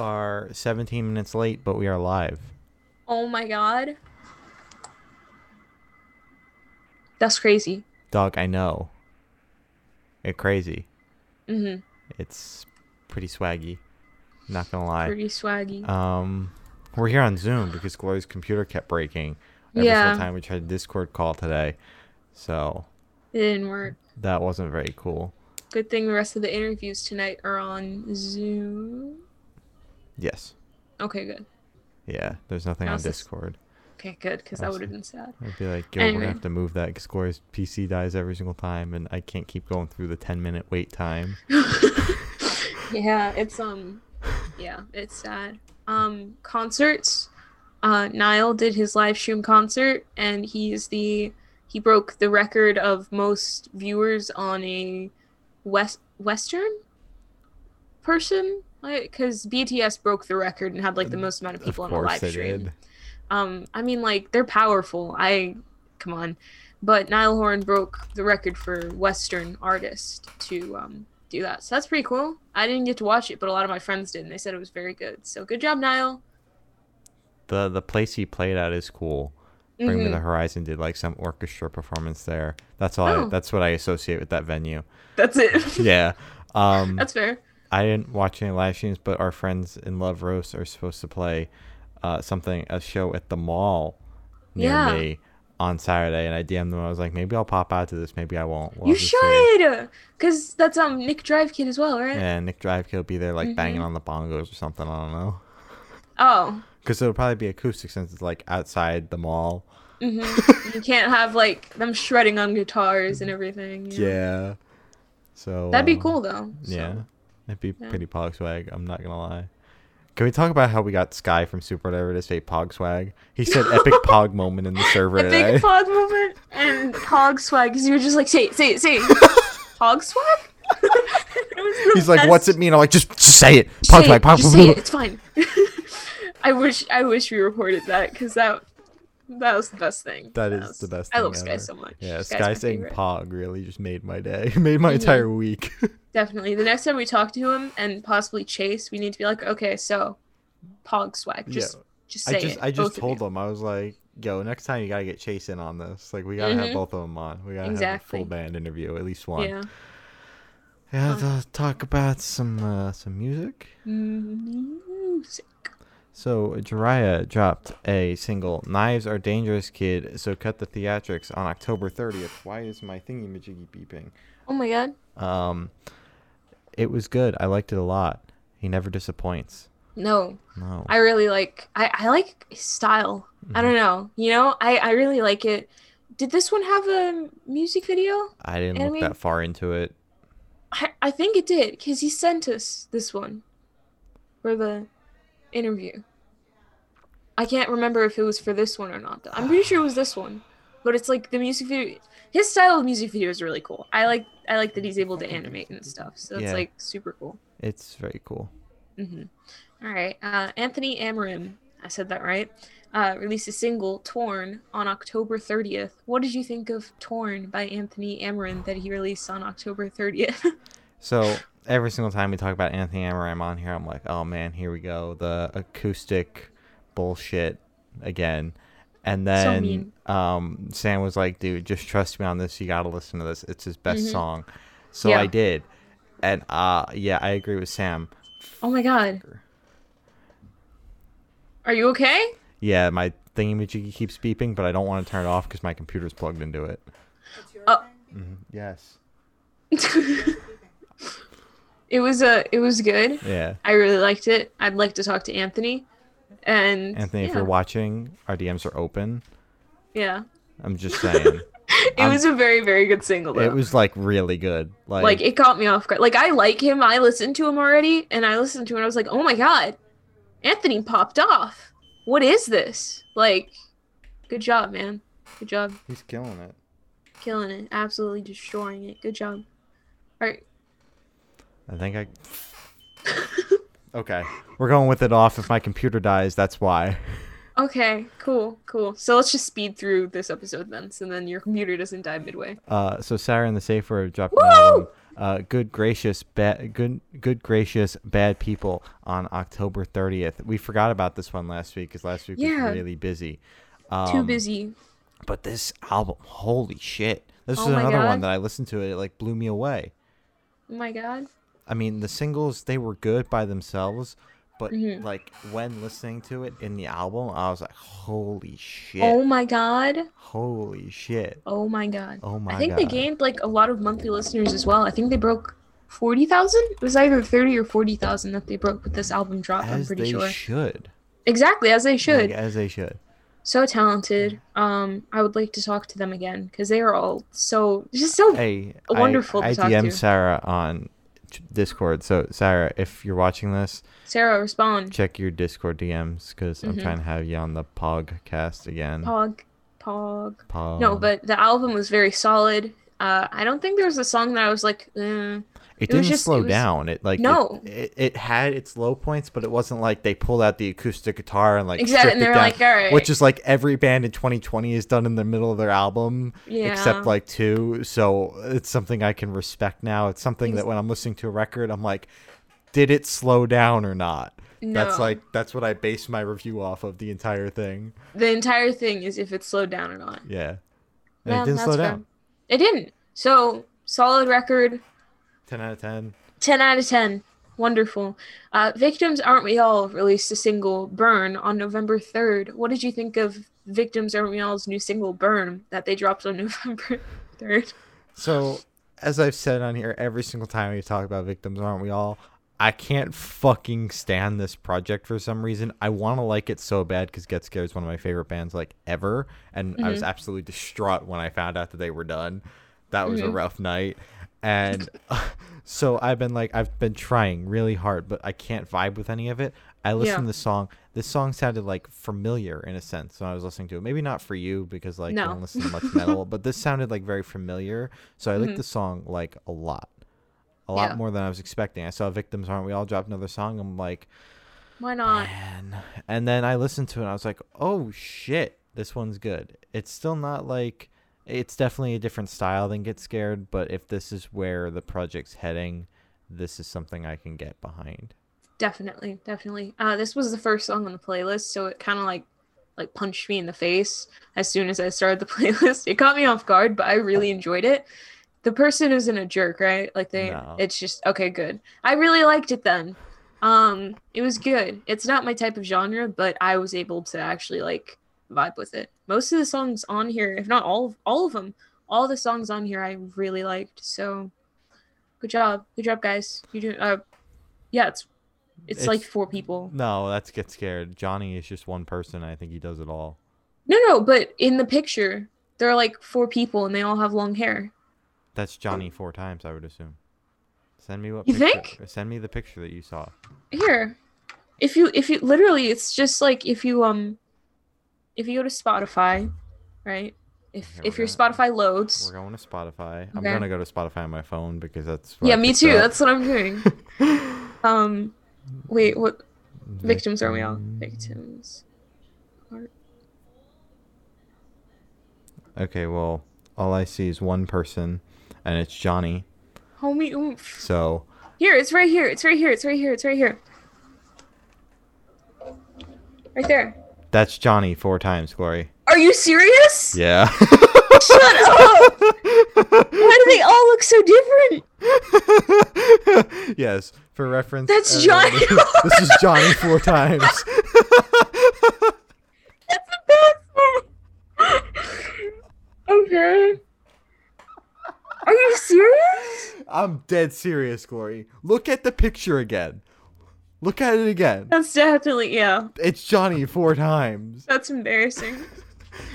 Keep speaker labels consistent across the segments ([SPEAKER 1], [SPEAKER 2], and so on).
[SPEAKER 1] are 17 minutes late, but we are live.
[SPEAKER 2] Oh my god. That's crazy.
[SPEAKER 1] Dog, I know. It crazy.
[SPEAKER 2] hmm
[SPEAKER 1] It's pretty swaggy. Not gonna lie.
[SPEAKER 2] Pretty swaggy.
[SPEAKER 1] Um, we're here on Zoom because Glory's computer kept breaking every
[SPEAKER 2] Yeah.
[SPEAKER 1] single time we tried a Discord call today. So
[SPEAKER 2] it didn't work.
[SPEAKER 1] that wasn't very cool.
[SPEAKER 2] Good thing the rest of the interviews tonight are on Zoom.
[SPEAKER 1] Yes.
[SPEAKER 2] Okay, good.
[SPEAKER 1] Yeah. There's nothing on
[SPEAKER 2] How's this?
[SPEAKER 1] Discord.
[SPEAKER 2] Okay, good, because that
[SPEAKER 1] Awesome.
[SPEAKER 2] would have been sad.
[SPEAKER 1] I'd be like, yo, we're
[SPEAKER 2] Anyway.
[SPEAKER 1] gonna have to move that because Glory's PC dies every single time, and I can't keep going through the 10 minute wait time.
[SPEAKER 2] yeah, it's um yeah, it's sad. Um concerts. Uh Niall did his live stream concert and he's the he broke the record of most viewers on a west western person like cuz BTS broke the record and had like the most amount of people
[SPEAKER 1] Mm, of
[SPEAKER 2] on a
[SPEAKER 1] course,
[SPEAKER 2] live
[SPEAKER 1] they
[SPEAKER 2] stream.
[SPEAKER 1] did.
[SPEAKER 2] Um, I mean, like they're powerful. I come on, but Niall Horan broke the record for Western artist to um, do that. So that's pretty cool. I didn't get to watch it, but a lot of my friends did, and they said it was very good. So good job, Niall.
[SPEAKER 1] The, the place he played at is cool. Bring Me
[SPEAKER 2] Mhm.
[SPEAKER 1] the Horizon did like some orchestra performance there. That's all. I,
[SPEAKER 2] Oh.
[SPEAKER 1] that's what I associate with that venue.
[SPEAKER 2] That's it.
[SPEAKER 1] Yeah. Um,
[SPEAKER 2] that's fair.
[SPEAKER 1] I didn't watch any live streams, but our friends in Love Roast are supposed to play uh, something a show at the mall near
[SPEAKER 2] Yeah.
[SPEAKER 1] me on Saturday, and I DM'd them. I was like, maybe I'll pop out to this. Maybe I won't. We'll
[SPEAKER 2] you
[SPEAKER 1] have to see.
[SPEAKER 2] should, cause that's um Nick Drive Kid as well, right?
[SPEAKER 1] Yeah, Nick Drivekill will be there like banging
[SPEAKER 2] Mhm.
[SPEAKER 1] on the bongos or something. I don't know.
[SPEAKER 2] Oh,
[SPEAKER 1] Because it'll probably be acoustic since it's like outside the mall.
[SPEAKER 2] hmm you can't have like them shredding on guitars and everything. you know?
[SPEAKER 1] Yeah. So
[SPEAKER 2] that'd be
[SPEAKER 1] uh,
[SPEAKER 2] cool though. so.
[SPEAKER 1] Yeah. That'd be
[SPEAKER 2] yeah.
[SPEAKER 1] pretty pog swag, I'm not gonna lie. Can we talk about how we got Sky from Super Whatever to say pog swag? He said epic pog moment in the server
[SPEAKER 2] A
[SPEAKER 1] today.
[SPEAKER 2] big pog moment and hog swag because you were just like, say, it, say, it, say, it." hog swag. It was the
[SPEAKER 1] He's like, what's
[SPEAKER 2] best.
[SPEAKER 1] it mean? I'm like, just, just say it.
[SPEAKER 2] Just
[SPEAKER 1] Pog
[SPEAKER 2] say
[SPEAKER 1] swag,
[SPEAKER 2] it,
[SPEAKER 1] pog
[SPEAKER 2] just say it,
[SPEAKER 1] swag.
[SPEAKER 2] It's fine. I wish, I wish we recorded that because that, that was the best thing.
[SPEAKER 1] That is
[SPEAKER 2] was-
[SPEAKER 1] the best
[SPEAKER 2] I love
[SPEAKER 1] thing
[SPEAKER 2] Sky
[SPEAKER 1] ever.
[SPEAKER 2] so much.
[SPEAKER 1] Yeah,
[SPEAKER 2] Sky's
[SPEAKER 1] Sky
[SPEAKER 2] my
[SPEAKER 1] saying
[SPEAKER 2] favorite.
[SPEAKER 1] pog really just made my day. made my entire week.
[SPEAKER 2] Definitely, the next time we talk to him and possibly Chase, we need to be like, okay, so, hog swag. Just,
[SPEAKER 1] yeah.
[SPEAKER 2] just say
[SPEAKER 1] I just
[SPEAKER 2] it.
[SPEAKER 1] I just
[SPEAKER 2] both of
[SPEAKER 1] told
[SPEAKER 2] you.
[SPEAKER 1] them, I was like, yo, next time you gotta get Chase in on this. Like we gotta have
[SPEAKER 2] Mhm.
[SPEAKER 1] both of them on. We gotta have a
[SPEAKER 2] Exactly.
[SPEAKER 1] full band interview, at least one.
[SPEAKER 2] Yeah.
[SPEAKER 1] Yeah, to talk about some uh, some music.
[SPEAKER 2] Music.
[SPEAKER 1] So Jiraiya dropped a single "Knives Are Dangerous, Kid." So cut the theatrics on October 30th. Why is my thingy majiggy beeping?
[SPEAKER 2] Oh my god.
[SPEAKER 1] Um, it was good. I liked it a lot. He never disappoints.
[SPEAKER 2] No.
[SPEAKER 1] No.
[SPEAKER 2] I really like I, I like his style. I don't know. You know, I, I really like it. Did this one have a music video?
[SPEAKER 1] I didn't
[SPEAKER 2] and
[SPEAKER 1] look
[SPEAKER 2] we-
[SPEAKER 1] that far into it.
[SPEAKER 2] I, I think it did, because he sent us this one for the interview. I can't remember if it was for this one or not. Though. I'm pretty sure it was this one. But it's like the music video his style of music video is really cool. I like I like that he's able to animate and stuff. So it's
[SPEAKER 1] Yeah.
[SPEAKER 2] like super cool.
[SPEAKER 1] It's very cool.
[SPEAKER 2] Mhm. All right. Uh, Anthony Amarim, I said that right, uh, released a single, Torn, on October 30th. What did you think of Torn by Anthony Amarim that he released on October 30th?
[SPEAKER 1] So every single time we talk about Anthony Amaram on here, I'm like, oh man, here we go, the acoustic bullshit again. And then
[SPEAKER 2] mean.
[SPEAKER 1] um, Sam was like, dude, just trust me on this. You gotta listen to this. It's his best
[SPEAKER 2] Mhm.
[SPEAKER 1] song. So
[SPEAKER 2] Yeah.
[SPEAKER 1] I did, and uh, yeah, I agree with Sam.
[SPEAKER 2] oh my God. Are you okay?
[SPEAKER 1] Yeah, my thingamajiggy keeps beeping, but I don't want to turn it off because my computer's plugged into it.
[SPEAKER 2] Oh.
[SPEAKER 1] hmm Yes.
[SPEAKER 2] it was a. It was good.
[SPEAKER 1] Yeah.
[SPEAKER 2] I really liked it. I'd like to talk to Anthony. And
[SPEAKER 1] Anthony, if
[SPEAKER 2] yeah,
[SPEAKER 1] you're watching, our DMs are open.
[SPEAKER 2] yeah,
[SPEAKER 1] I'm just saying.
[SPEAKER 2] it
[SPEAKER 1] I'm-
[SPEAKER 2] was a very, very good single. Though.
[SPEAKER 1] it was like really good.
[SPEAKER 2] like it caught me off guard. Like I like him. I listened to him already, and I listened to him. And I was like, oh my god, Anthony popped off. What is this? Like, good job, man. Good job,
[SPEAKER 1] He's killing it.
[SPEAKER 2] killing it, absolutely destroying it. Good job. All right,
[SPEAKER 1] I think I. okay, we're going with it off. If my computer dies, that's why.
[SPEAKER 2] okay, cool, cool. So let's just speed through this episode then, so then your computer doesn't die midway.
[SPEAKER 1] Uh, so Sarah and the Safe Word dropped an
[SPEAKER 2] Woo!
[SPEAKER 1] album uh, "Good Gracious Bad Good Good Gracious Bad People" on October 30th. We forgot about this one last week because last week
[SPEAKER 2] Yeah.
[SPEAKER 1] was really busy.
[SPEAKER 2] Too
[SPEAKER 1] Um,
[SPEAKER 2] busy.
[SPEAKER 1] But this album, holy shit! This
[SPEAKER 2] Oh
[SPEAKER 1] is
[SPEAKER 2] my
[SPEAKER 1] another one
[SPEAKER 2] God.
[SPEAKER 1] that I listened to. It, it like blew me away.
[SPEAKER 2] Oh my god.
[SPEAKER 1] I mean, the singles they were good by themselves, but
[SPEAKER 2] Mhm.
[SPEAKER 1] like when listening to it in the album, I was like, "Holy shit!
[SPEAKER 2] Oh my god.
[SPEAKER 1] Holy shit!
[SPEAKER 2] Oh my god.
[SPEAKER 1] Oh my
[SPEAKER 2] I think
[SPEAKER 1] god!"
[SPEAKER 2] they gained like a lot of monthly listeners as well. I think they broke forty thousand. It was either thirty or forty thousand that they broke with this album drop. I'm
[SPEAKER 1] as
[SPEAKER 2] pretty
[SPEAKER 1] they Oh
[SPEAKER 2] sure.
[SPEAKER 1] should.
[SPEAKER 2] exactly as they
[SPEAKER 1] Like,
[SPEAKER 2] should.
[SPEAKER 1] as they should.
[SPEAKER 2] So talented. Um, I would like to talk to them again because they are all so just so.
[SPEAKER 1] Hey,
[SPEAKER 2] A wonderful
[SPEAKER 1] I,
[SPEAKER 2] to
[SPEAKER 1] I
[SPEAKER 2] talk
[SPEAKER 1] DM
[SPEAKER 2] to.
[SPEAKER 1] Sarah on t- Discord. So Sarah, if you're watching this,
[SPEAKER 2] Sarah, respond.
[SPEAKER 1] check your Discord DMs because I'm
[SPEAKER 2] Mhm.
[SPEAKER 1] trying to have you on the podcast again.
[SPEAKER 2] Pog, pog.
[SPEAKER 1] Pog.
[SPEAKER 2] No, but the album was very solid. Uh, I don't think there was a song that I was like, eh.
[SPEAKER 1] it
[SPEAKER 2] it was
[SPEAKER 1] didn't
[SPEAKER 2] just-
[SPEAKER 1] slow
[SPEAKER 2] it was-
[SPEAKER 1] down. It like it-
[SPEAKER 2] No.
[SPEAKER 1] It, it, had its low points, but it wasn't like they pulled out the acoustic guitar and like
[SPEAKER 2] exactly.
[SPEAKER 1] stripped
[SPEAKER 2] And they
[SPEAKER 1] it
[SPEAKER 2] were
[SPEAKER 1] down,
[SPEAKER 2] like, all right,
[SPEAKER 1] which is like every band in 2020 has done in the middle of their album.
[SPEAKER 2] yeah,
[SPEAKER 1] except like two. So it's something I can respect now. It's something that
[SPEAKER 2] Ex-
[SPEAKER 1] when I'm listening to a record, I'm like, did it slow down or not? That's
[SPEAKER 2] No.
[SPEAKER 1] like that's what I base my review off of the entire thing.
[SPEAKER 2] the entire thing is if it slowed down or not.
[SPEAKER 1] Yeah, and
[SPEAKER 2] Yeah,
[SPEAKER 1] it didn't slow
[SPEAKER 2] that's fair.
[SPEAKER 1] down.
[SPEAKER 2] It didn't. So solid record.
[SPEAKER 1] Ten out of ten.
[SPEAKER 2] 10 out of 10. Wonderful. Uh, Victims Aren't We All released a single, Burn, on November 3rd. What did you think of Victims Aren't We All's new single, Burn, that they dropped on November 3rd?
[SPEAKER 1] So as I've said on here every single time we talk about victims, aren't we all? I can't fucking stand this project for some reason. I want to like it so bad because Get Scared is one of my favorite bands like ever, and I
[SPEAKER 2] Mm-hmm.
[SPEAKER 1] was absolutely distraught when I found out that they were done. That was
[SPEAKER 2] Mm-hmm.
[SPEAKER 1] a rough night, and so I've been like, I've been trying really hard, but I can't vibe with any of it. I listened
[SPEAKER 2] Yeah.
[SPEAKER 1] to the song. This song sounded like familiar in a sense when I was listening to it. Maybe not for you because like
[SPEAKER 2] No.
[SPEAKER 1] you don't listen to much metal, but this sounded like very familiar. So I liked the song like a lot a lot
[SPEAKER 2] Mm-hmm. Yeah.
[SPEAKER 1] more than I was expecting. I saw Victims Aren't We All dropped another song. I'm like,
[SPEAKER 2] Why not?
[SPEAKER 1] man. And then I listened to it and I was like, oh shit, this one's good. It's still not like, it's definitely a different style than Get Scared, but if this is where the project's heading, this is something I can get behind.
[SPEAKER 2] Definitely, definitely. Uh, this was the first song on the playlist, so it kind of like like punched me in the face as soon as I started the playlist. It caught me off guard, but I really enjoyed it. The person isn't a jerk, right? Like they,
[SPEAKER 1] No.
[SPEAKER 2] it's just okay, good. I really liked it then. Um, it was good. It's not my type of genre, but I was able to actually like vibe with it. Most of the songs on here, if not all, of, all of them, all the songs on here, I really liked. So, good job, good job, guys. You do. Uh, yeah, it's it's, like
[SPEAKER 1] It's-
[SPEAKER 2] four people.
[SPEAKER 1] No, that's Get Scared. Johnny is just one person. I think he does it all.
[SPEAKER 2] No, no, but in the picture, there are like four people and they all have long hair.
[SPEAKER 1] That's Johnny four times, I would assume. Send me what
[SPEAKER 2] Oh. You
[SPEAKER 1] picture,
[SPEAKER 2] think?
[SPEAKER 1] Send me the picture that you saw.
[SPEAKER 2] Here. If you if you literally it's just like if you um if you go to Spotify, right? If
[SPEAKER 1] Okay,
[SPEAKER 2] if
[SPEAKER 1] we're
[SPEAKER 2] your
[SPEAKER 1] gonna-
[SPEAKER 2] Spotify loads.
[SPEAKER 1] We're going to Spotify. I'm
[SPEAKER 2] Okay.
[SPEAKER 1] gonna go to Spotify on my phone because that's what I
[SPEAKER 2] Yeah, me
[SPEAKER 1] picked
[SPEAKER 2] too.
[SPEAKER 1] up.
[SPEAKER 2] That's what I'm doing. um wait, what victims are we all? Victims.
[SPEAKER 1] Okay, well, all I see is one person, and it's Johnny.
[SPEAKER 2] Homie oomph.
[SPEAKER 1] So
[SPEAKER 2] Here, it's right here. It's right here. It's right here. It's right here. Right there.
[SPEAKER 1] that's Johnny four times, Glory.
[SPEAKER 2] Are you serious?
[SPEAKER 1] Yeah.
[SPEAKER 2] Shut up! Why do they all look so different?
[SPEAKER 1] yes. For reference,
[SPEAKER 2] That's
[SPEAKER 1] everyone,
[SPEAKER 2] Johnny.
[SPEAKER 1] this is Johnny four times.
[SPEAKER 2] That's the best one. okay. Are you serious?
[SPEAKER 1] I'm dead serious, Glory. Look at the picture again. Look at it again.
[SPEAKER 2] That's definitely yeah.
[SPEAKER 1] It's Johnny four times.
[SPEAKER 2] That's embarrassing.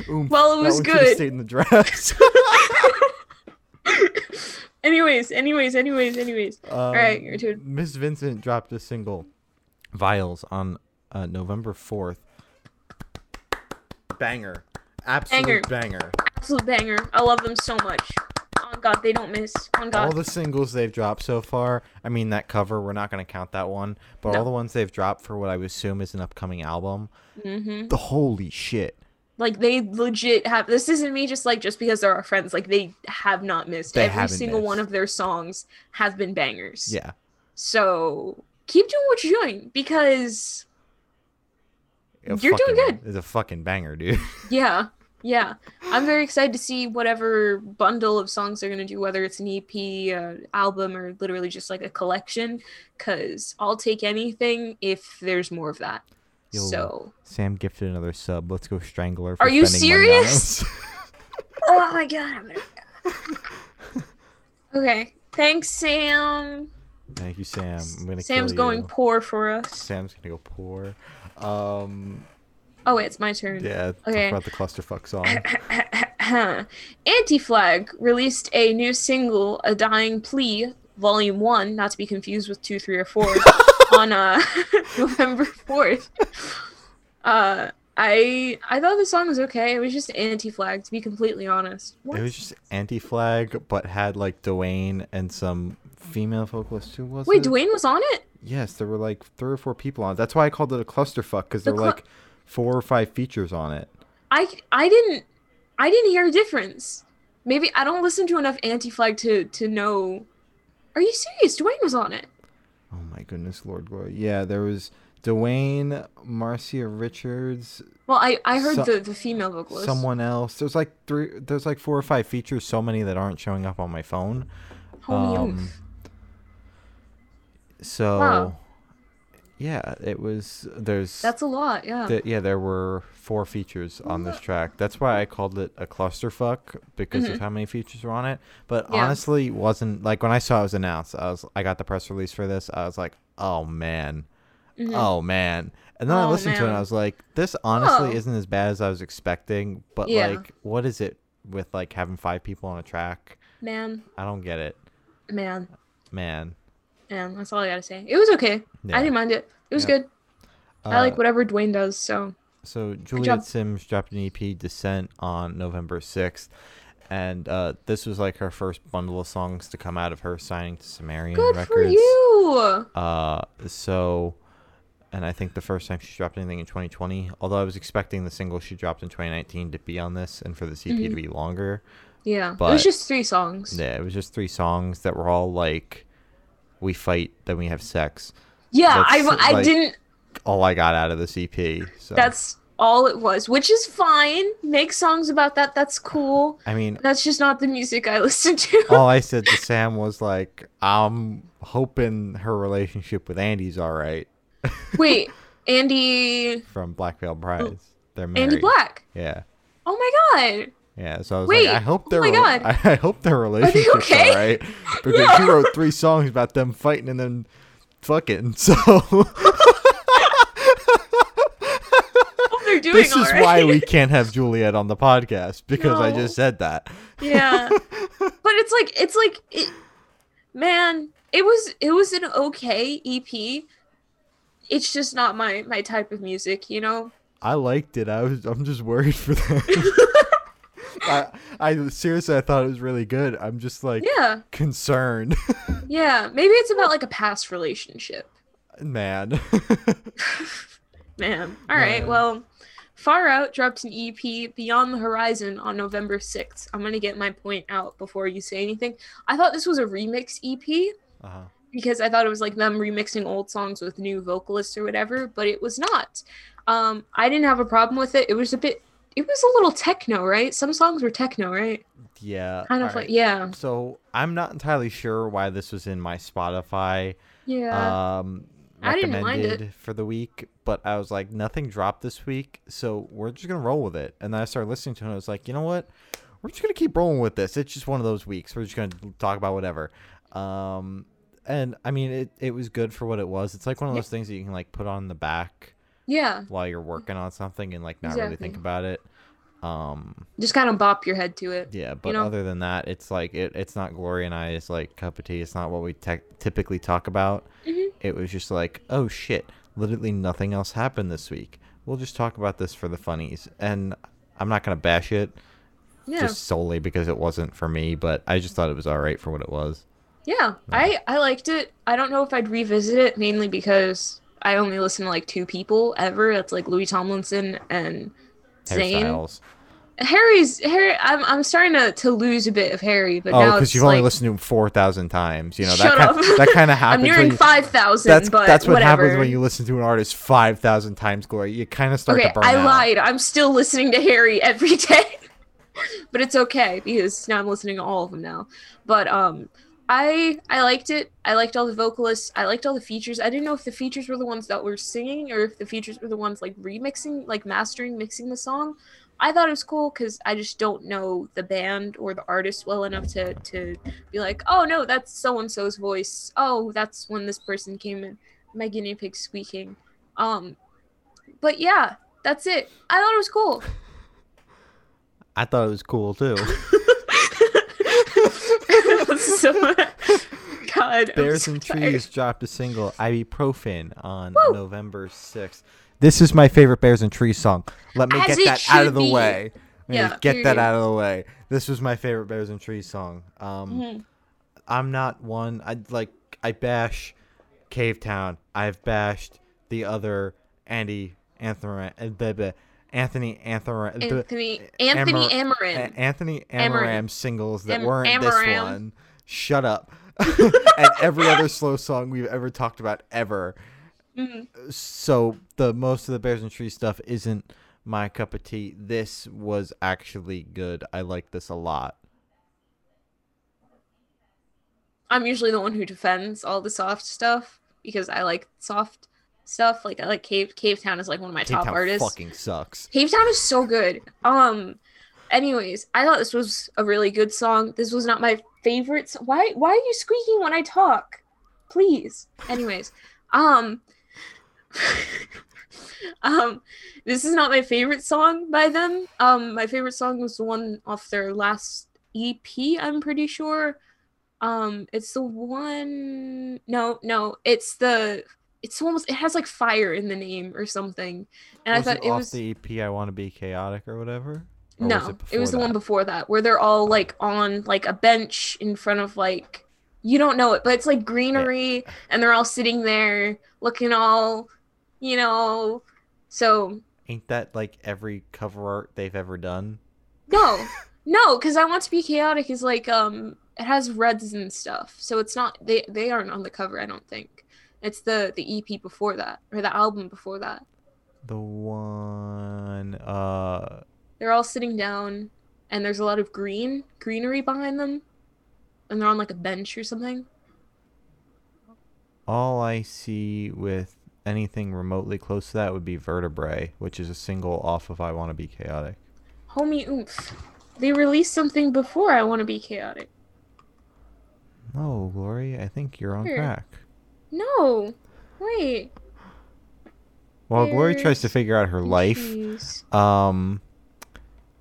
[SPEAKER 1] Oomph,
[SPEAKER 2] Well, it
[SPEAKER 1] that
[SPEAKER 2] was
[SPEAKER 1] one should've
[SPEAKER 2] good.
[SPEAKER 1] Stayed in the dress.
[SPEAKER 2] anyways, anyways, anyways, anyways.
[SPEAKER 1] All
[SPEAKER 2] right, your turn.
[SPEAKER 1] Um, Miss Vincent dropped a single, "Vials," on uh, November fourth. Banger, absolute banger.
[SPEAKER 2] Absolute banger. I love them so much. On God, they don't miss. On
[SPEAKER 1] All
[SPEAKER 2] God.
[SPEAKER 1] the singles they've dropped so far. I mean, that cover. We're not gonna count that one, but
[SPEAKER 2] No.
[SPEAKER 1] all the ones they've dropped for what I would assume is an upcoming album.
[SPEAKER 2] mm-hmm.
[SPEAKER 1] The holy shit.
[SPEAKER 2] Like they legit have this isn't me just like just because they're our friends. Like they have not missed.
[SPEAKER 1] They
[SPEAKER 2] Every
[SPEAKER 1] haven't
[SPEAKER 2] single one
[SPEAKER 1] missed.
[SPEAKER 2] of their songs have been bangers.
[SPEAKER 1] Yeah.
[SPEAKER 2] So keep doing what you're doing because
[SPEAKER 1] A
[SPEAKER 2] You're doing
[SPEAKER 1] fucking- It's a fucking banger, dude.
[SPEAKER 2] yeah, yeah. I'm very excited to see whatever bundle of songs they're gonna do, whether it's an EP, uh, album, or literally just like a collection. Cause I'll take anything if there's more of that.
[SPEAKER 1] Yo,
[SPEAKER 2] So.
[SPEAKER 1] Sam gifted another sub. Let's go strangle her. For
[SPEAKER 2] Are you
[SPEAKER 1] spending money on
[SPEAKER 2] serious?
[SPEAKER 1] us.
[SPEAKER 2] Oh my god. I'm gonna... okay. Thanks, Sam.
[SPEAKER 1] Thank you, Sam. I'm gonna
[SPEAKER 2] Sam's
[SPEAKER 1] kill
[SPEAKER 2] going
[SPEAKER 1] you.
[SPEAKER 2] poor for us.
[SPEAKER 1] Sam's gonna go poor. Um,
[SPEAKER 2] Oh wait, it's my turn.
[SPEAKER 1] yeah.
[SPEAKER 2] Okay.
[SPEAKER 1] Talk about the clusterfuck song.
[SPEAKER 2] Anti-Flag released a new single, A Dying Plea, Volume 1, not to be confused with 2, 3, or 4, on uh, November 4th. Uh, I I thought the song was okay. It was just Anti-Flag, to be completely honest. What?
[SPEAKER 1] It was just anti-flag, but had like Dwayne and some female vocalist too. Was
[SPEAKER 2] Wait,
[SPEAKER 1] it?
[SPEAKER 2] Dwayne was on it?
[SPEAKER 1] Yes, there were like three or four people on. it. That's why I called it a clusterfuck because
[SPEAKER 2] The
[SPEAKER 1] there were
[SPEAKER 2] clu-
[SPEAKER 1] like four or five features on it.
[SPEAKER 2] I I didn't I didn't hear a difference. Maybe I don't listen to enough Anti-Flag to to know. Are you serious? Dwayne was on it.
[SPEAKER 1] Oh my goodness, Lord glory. Yeah, there was Dwayne, Marcia Richards,
[SPEAKER 2] Well, I I heard
[SPEAKER 1] So-
[SPEAKER 2] the the female vocalist.
[SPEAKER 1] someone else. There's like three. There's like four or five features. So many that aren't showing up on my phone.
[SPEAKER 2] Homie
[SPEAKER 1] um,
[SPEAKER 2] oomph.
[SPEAKER 1] So,
[SPEAKER 2] Wow.
[SPEAKER 1] yeah, it was. There's
[SPEAKER 2] That's a lot, yeah.
[SPEAKER 1] Th- yeah, there were four features on this track. That's why I called it a clusterfuck because of how many features were on it. But
[SPEAKER 2] Mm-hmm. Yeah.
[SPEAKER 1] honestly, wasn't like when I saw it was announced, I was I got the press release for this. I was like, oh man,
[SPEAKER 2] Mhm.
[SPEAKER 1] oh man. And then I
[SPEAKER 2] Oh,
[SPEAKER 1] listened to it and I
[SPEAKER 2] man.
[SPEAKER 1] was like, this honestly
[SPEAKER 2] Oh.
[SPEAKER 1] isn't as bad as I was expecting. But
[SPEAKER 2] Yeah.
[SPEAKER 1] like, what is it with like having five people on a track?
[SPEAKER 2] Man,
[SPEAKER 1] I don't get it,
[SPEAKER 2] man,
[SPEAKER 1] man.
[SPEAKER 2] man. That's all I gotta say. It was okay.
[SPEAKER 1] Yeah.
[SPEAKER 2] I didn't mind it. It was
[SPEAKER 1] Yeah.
[SPEAKER 2] good. I
[SPEAKER 1] Uh,
[SPEAKER 2] like whatever Dwayne does. So
[SPEAKER 1] So
[SPEAKER 2] job.
[SPEAKER 1] Juliet Sims dropped an EP, Descent, on November 6th. And uh, this was like her first bundle of songs to come out of her signing to Sumerian
[SPEAKER 2] good
[SPEAKER 1] Records.
[SPEAKER 2] for you.
[SPEAKER 1] Uh, so, and I think the first time she dropped anything in 2020, although I was expecting the single she dropped in 2019 to be on this and for the EP
[SPEAKER 2] Mm-hmm.
[SPEAKER 1] to be longer.
[SPEAKER 2] Yeah, it
[SPEAKER 1] But-
[SPEAKER 2] was just three songs.
[SPEAKER 1] Yeah, it was just three songs that were all like, we fight, then we have sex.
[SPEAKER 2] Yeah, I,
[SPEAKER 1] That's,
[SPEAKER 2] I
[SPEAKER 1] like- uh,
[SPEAKER 2] didn't.
[SPEAKER 1] All I got out of this EP. So
[SPEAKER 2] That's all it was, which is fine. Make songs about that. That's cool.
[SPEAKER 1] I mean,
[SPEAKER 2] That's just not the music I listen to.
[SPEAKER 1] all I said to Sam was like, "I'm hoping her relationship with Andy's all right."
[SPEAKER 2] Wait, Andy,
[SPEAKER 1] From Black Veil Brides, they're married.
[SPEAKER 2] Oh, Andy Black.
[SPEAKER 1] Yeah,
[SPEAKER 2] Oh my god.
[SPEAKER 1] yeah. So I was
[SPEAKER 2] Wait,
[SPEAKER 1] like, "I hope
[SPEAKER 2] oh
[SPEAKER 1] their
[SPEAKER 2] my
[SPEAKER 1] rela-
[SPEAKER 2] God.
[SPEAKER 1] I, I hope their relationship's
[SPEAKER 2] okay?
[SPEAKER 1] all right," because she wrote three songs about them fighting and then fucking. So
[SPEAKER 2] Hope Oh, they're doing
[SPEAKER 1] this is
[SPEAKER 2] all right.
[SPEAKER 1] why we can't have Juliet on the podcast because I
[SPEAKER 2] No.
[SPEAKER 1] just said that.
[SPEAKER 2] yeah but it's like it's like it, man it was it was an okay ep it's just not my my type of music you know
[SPEAKER 1] I liked it. I was. I'm just worried for them. I, I seriously, I thought it was really good. I'm just like
[SPEAKER 2] yeah
[SPEAKER 1] concerned.
[SPEAKER 2] yeah maybe it's about like a past relationship
[SPEAKER 1] man
[SPEAKER 2] man all right
[SPEAKER 1] Man.
[SPEAKER 2] well far out dropped an ep beyond the horizon on november 6th i'm gonna get my point out before you say anything i thought this was a remix ep
[SPEAKER 1] uh-huh.
[SPEAKER 2] because I thought it was like them remixing old songs with new vocalists or whatever, but it was not. Um, I didn't have a problem with it. It was a bit, it was a little techno, right? Some songs were techno, right?
[SPEAKER 1] yeah
[SPEAKER 2] Kind of
[SPEAKER 1] alright.
[SPEAKER 2] like, yeah,
[SPEAKER 1] so i'm not entirely sure why this was in my spotify
[SPEAKER 2] yeah.
[SPEAKER 1] um
[SPEAKER 2] I didn't
[SPEAKER 1] recommended
[SPEAKER 2] mind it.
[SPEAKER 1] for the week but i was like nothing dropped this week so we're just gonna roll with it and then i started listening to it and i was like you know what we're just gonna keep rolling with this it's just one of those weeks we're just gonna talk about whatever um and i mean it, it was good for what it was it's like one of
[SPEAKER 2] Yeah.
[SPEAKER 1] those things that you can like put on the back
[SPEAKER 2] yeah.
[SPEAKER 1] while you're working on something and like not really think
[SPEAKER 2] Exactly.
[SPEAKER 1] about it um
[SPEAKER 2] Just kind of bop your head to it.
[SPEAKER 1] Yeah, but
[SPEAKER 2] know?
[SPEAKER 1] other than that, it's like it, it's not Glory and I. It's like cup of tea. It's not what we tec- typically talk about.
[SPEAKER 2] Mhm.
[SPEAKER 1] It was just like, oh shit, literally nothing else happened this week. We'll just talk about this for the funnies, and I'm not gonna bash it
[SPEAKER 2] Yeah.
[SPEAKER 1] just solely because it wasn't for me. But I just thought it was all right for what it was.
[SPEAKER 2] yeah. I, I liked it. I don't know if I'd revisit it mainly because I only listen to like two people ever. That's like Louis Tomlinson and Zayn.
[SPEAKER 1] hairstyles.
[SPEAKER 2] Harry's Harry. I'm I'm starting to, to lose a bit of Harry, but
[SPEAKER 1] Oh,
[SPEAKER 2] now
[SPEAKER 1] because
[SPEAKER 2] it's
[SPEAKER 1] you've
[SPEAKER 2] like
[SPEAKER 1] only listened to him four thousand times. You know
[SPEAKER 2] Shut
[SPEAKER 1] that
[SPEAKER 2] up.
[SPEAKER 1] kind, that kind of happens.
[SPEAKER 2] I'm
[SPEAKER 1] when
[SPEAKER 2] nearing
[SPEAKER 1] you-
[SPEAKER 2] five thousand,
[SPEAKER 1] That's
[SPEAKER 2] but
[SPEAKER 1] that's what
[SPEAKER 2] whatever.
[SPEAKER 1] happens when you listen to an artist five thousand times. Glory, you kind of start
[SPEAKER 2] okay,
[SPEAKER 1] to burn
[SPEAKER 2] I
[SPEAKER 1] out.
[SPEAKER 2] lied. I'm still listening to Harry every day, but it's okay because now I'm listening to all of them now. But um, I I liked it. I liked all the vocalists. I liked all the features. I didn't know if the features were the ones that were singing or if the features were the ones like remixing, like mastering, mixing the song. I thought it was cool because I just don't know the band or the artist well enough to to be like, oh no, that's so and so's voice. Oh, that's when this person came in. My guinea pig squeaking. Um, but yeah, that's it. I thought it was cool.
[SPEAKER 1] I thought it was cool too.
[SPEAKER 2] so, God, I'm
[SPEAKER 1] Bears
[SPEAKER 2] so
[SPEAKER 1] and
[SPEAKER 2] tired.
[SPEAKER 1] Trees dropped a single "Ibuprofen" on
[SPEAKER 2] Woo!
[SPEAKER 1] November sixth. This is my favorite Bears and Trees song. Let me
[SPEAKER 2] As
[SPEAKER 1] get
[SPEAKER 2] it
[SPEAKER 1] that out of
[SPEAKER 2] should
[SPEAKER 1] the
[SPEAKER 2] be.
[SPEAKER 1] way. Let me
[SPEAKER 2] Yeah,
[SPEAKER 1] get that
[SPEAKER 2] period.
[SPEAKER 1] out of the way. This was my favorite Bears and Trees song. Um,
[SPEAKER 2] Mhm.
[SPEAKER 1] I'm not one. I like I bash Cave Town. I've bashed the other Andy Anthony Anthony Anthony
[SPEAKER 2] Anthony Anthony
[SPEAKER 1] eh, Amar-
[SPEAKER 2] Amarin.
[SPEAKER 1] a- Anthony
[SPEAKER 2] Amarin.
[SPEAKER 1] Amaram singles that
[SPEAKER 2] Am-
[SPEAKER 1] weren't this
[SPEAKER 2] Amaram.
[SPEAKER 1] one. Shut up. and every other slow song we've ever talked about ever. eh.
[SPEAKER 2] Mhm.
[SPEAKER 1] So the most of the Bears and Trees stuff isn't my cup of tea. This was actually good. I like this a lot.
[SPEAKER 2] I'm usually the one who defends all the soft stuff because I like soft stuff. Like I like Cave Cave Town is like one of my
[SPEAKER 1] Cape
[SPEAKER 2] top
[SPEAKER 1] Town
[SPEAKER 2] artists.
[SPEAKER 1] fucking sucks.
[SPEAKER 2] Cave Town is so good. Um anyways, I thought this was a really good song. This was not my favorite. So- why why are you squeaking when I talk? Please. Anyways, um um this is not my favorite song by them. Um my favorite song was the one off their last EP, I'm pretty sure. Um it's the one No, no, it's the it's almost it has like fire in the name or something. And
[SPEAKER 1] was
[SPEAKER 2] I thought
[SPEAKER 1] it,
[SPEAKER 2] it
[SPEAKER 1] off
[SPEAKER 2] was
[SPEAKER 1] the EP I want to be chaotic or whatever? Or
[SPEAKER 2] no, it,
[SPEAKER 1] before
[SPEAKER 2] was the
[SPEAKER 1] that?
[SPEAKER 2] one before that where they're all like on like a bench in front of like you don't know it, but it's like greenery and they're all sitting there looking all, you know. So
[SPEAKER 1] Ain't that like every cover art they've ever done?
[SPEAKER 2] no, no, because I want to be chaotic is like um it has reds and stuff, so it's not they they aren't on the cover I don't think. It's the the EP before that or the album before that.
[SPEAKER 1] The one uh
[SPEAKER 2] They're all sitting down and there's a lot of green greenery behind them, and they're on like a bench or something.
[SPEAKER 1] All I see with anything remotely close to that would be Vertebrae, which is a single off of I Want to Be Chaotic.
[SPEAKER 2] Homie Oomph. They released something before I Want to Be Chaotic.
[SPEAKER 1] No, Oh, Glory, I think you're on
[SPEAKER 2] Sure.
[SPEAKER 1] crack.
[SPEAKER 2] No. Wait.
[SPEAKER 1] While Glory tries to
[SPEAKER 2] There's
[SPEAKER 1] figure out her life,
[SPEAKER 2] Jeez.
[SPEAKER 1] um,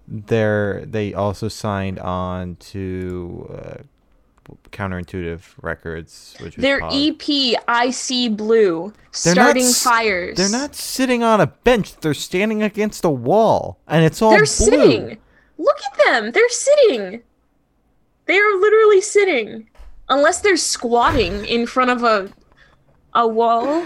[SPEAKER 1] they're, they also signed on to uh, Counterintuitive Records, which is
[SPEAKER 2] Their
[SPEAKER 1] Pod.
[SPEAKER 2] EP, I See Blue,
[SPEAKER 1] They're not
[SPEAKER 2] Starting
[SPEAKER 1] s-
[SPEAKER 2] Fires.
[SPEAKER 1] They're not sitting on a bench. They're standing against a wall, and it's all
[SPEAKER 2] They're
[SPEAKER 1] blue.
[SPEAKER 2] sitting. Look at them. They're sitting. They are literally sitting. Unless they're squatting in front of a a wall.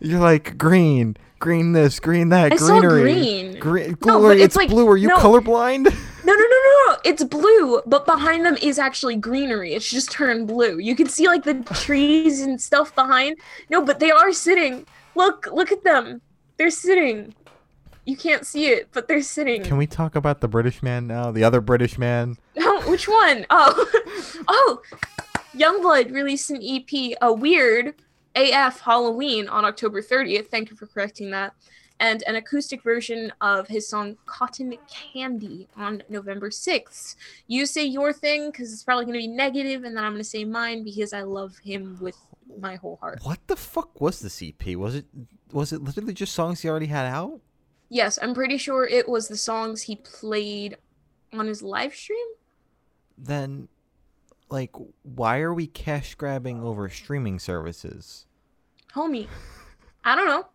[SPEAKER 1] You're like green, green this, green that,
[SPEAKER 2] I saw
[SPEAKER 1] greenery.
[SPEAKER 2] green.
[SPEAKER 1] Green,
[SPEAKER 2] No,
[SPEAKER 1] glory,
[SPEAKER 2] but
[SPEAKER 1] it's,
[SPEAKER 2] it's like-
[SPEAKER 1] blue. Are you
[SPEAKER 2] no.
[SPEAKER 1] colorblind?
[SPEAKER 2] No, no, no, no, no. It's blue, but behind them is actually greenery. It's just turned blue. You can see like the trees and stuff behind. No, but they are sitting. Look, look at them. They're sitting. You can't see it, but they're sitting.
[SPEAKER 1] Can we talk about the British man now? The other British man?
[SPEAKER 2] Oh, which one? Oh, oh, Youngblood released an EP, a weird AF Halloween on October 30th. Thank you for correcting that. And an acoustic version of his song Cotton Candy on November 6th. You say your thing because it's probably going to be negative, and then I'm going to say mine because I love him with my whole heart.
[SPEAKER 1] What the fuck was this EP? Was it was it literally just songs he already had out?
[SPEAKER 2] Yes, I'm pretty sure it was the songs he played on his live stream.
[SPEAKER 1] Then, like, why are we cash grabbing over streaming services?
[SPEAKER 2] Homie, I don't know.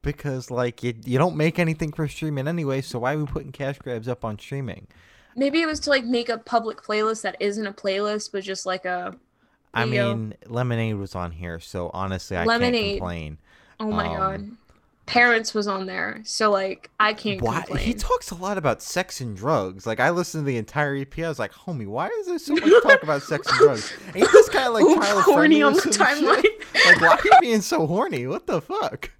[SPEAKER 1] Because like you, you don't make anything for streaming anyway, so why are we putting cash grabs up on streaming?
[SPEAKER 2] Maybe it was to like make a public playlist that isn't a playlist, but just like a
[SPEAKER 1] I
[SPEAKER 2] There you go.
[SPEAKER 1] mean, Lemonade was on here, so honestly, I
[SPEAKER 2] Lemonade.
[SPEAKER 1] can't complain.
[SPEAKER 2] oh my
[SPEAKER 1] Um,
[SPEAKER 2] god. parents was on there, so like I can't
[SPEAKER 1] Why
[SPEAKER 2] complain.
[SPEAKER 1] he talks a lot about sex and drugs? Like I listened to the entire EP. I was like, homie, why is there so much talk about sex and drugs? Ain't this guy like
[SPEAKER 2] Oops,
[SPEAKER 1] Tyler
[SPEAKER 2] horny
[SPEAKER 1] Friendly or
[SPEAKER 2] on the
[SPEAKER 1] some shit?
[SPEAKER 2] timeline.
[SPEAKER 1] Like, why are you being so horny? What the fuck?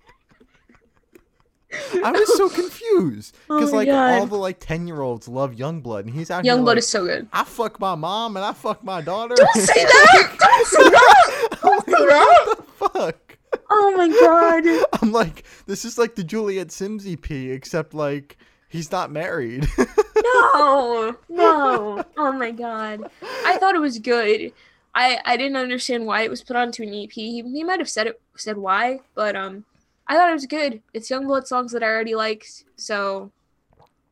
[SPEAKER 1] I was so confused because
[SPEAKER 2] Oh my
[SPEAKER 1] like
[SPEAKER 2] God.
[SPEAKER 1] all the like ten year olds love Youngblood, and he's out here
[SPEAKER 2] Youngblood
[SPEAKER 1] like,
[SPEAKER 2] is so good.
[SPEAKER 1] I fuck my mom and I fuck my daughter.
[SPEAKER 2] Don't say that! Don't say that! Don't say that!
[SPEAKER 1] what the fuck?
[SPEAKER 2] Oh my god.
[SPEAKER 1] I'm like, this is like the Juliet Sims EP, except like he's not married.
[SPEAKER 2] No. No. Oh my god. I thought it was good. I I didn't understand why it was put onto an EP. He, he might have said it said why, but um I thought it was good. It's Youngblood songs that I already liked, so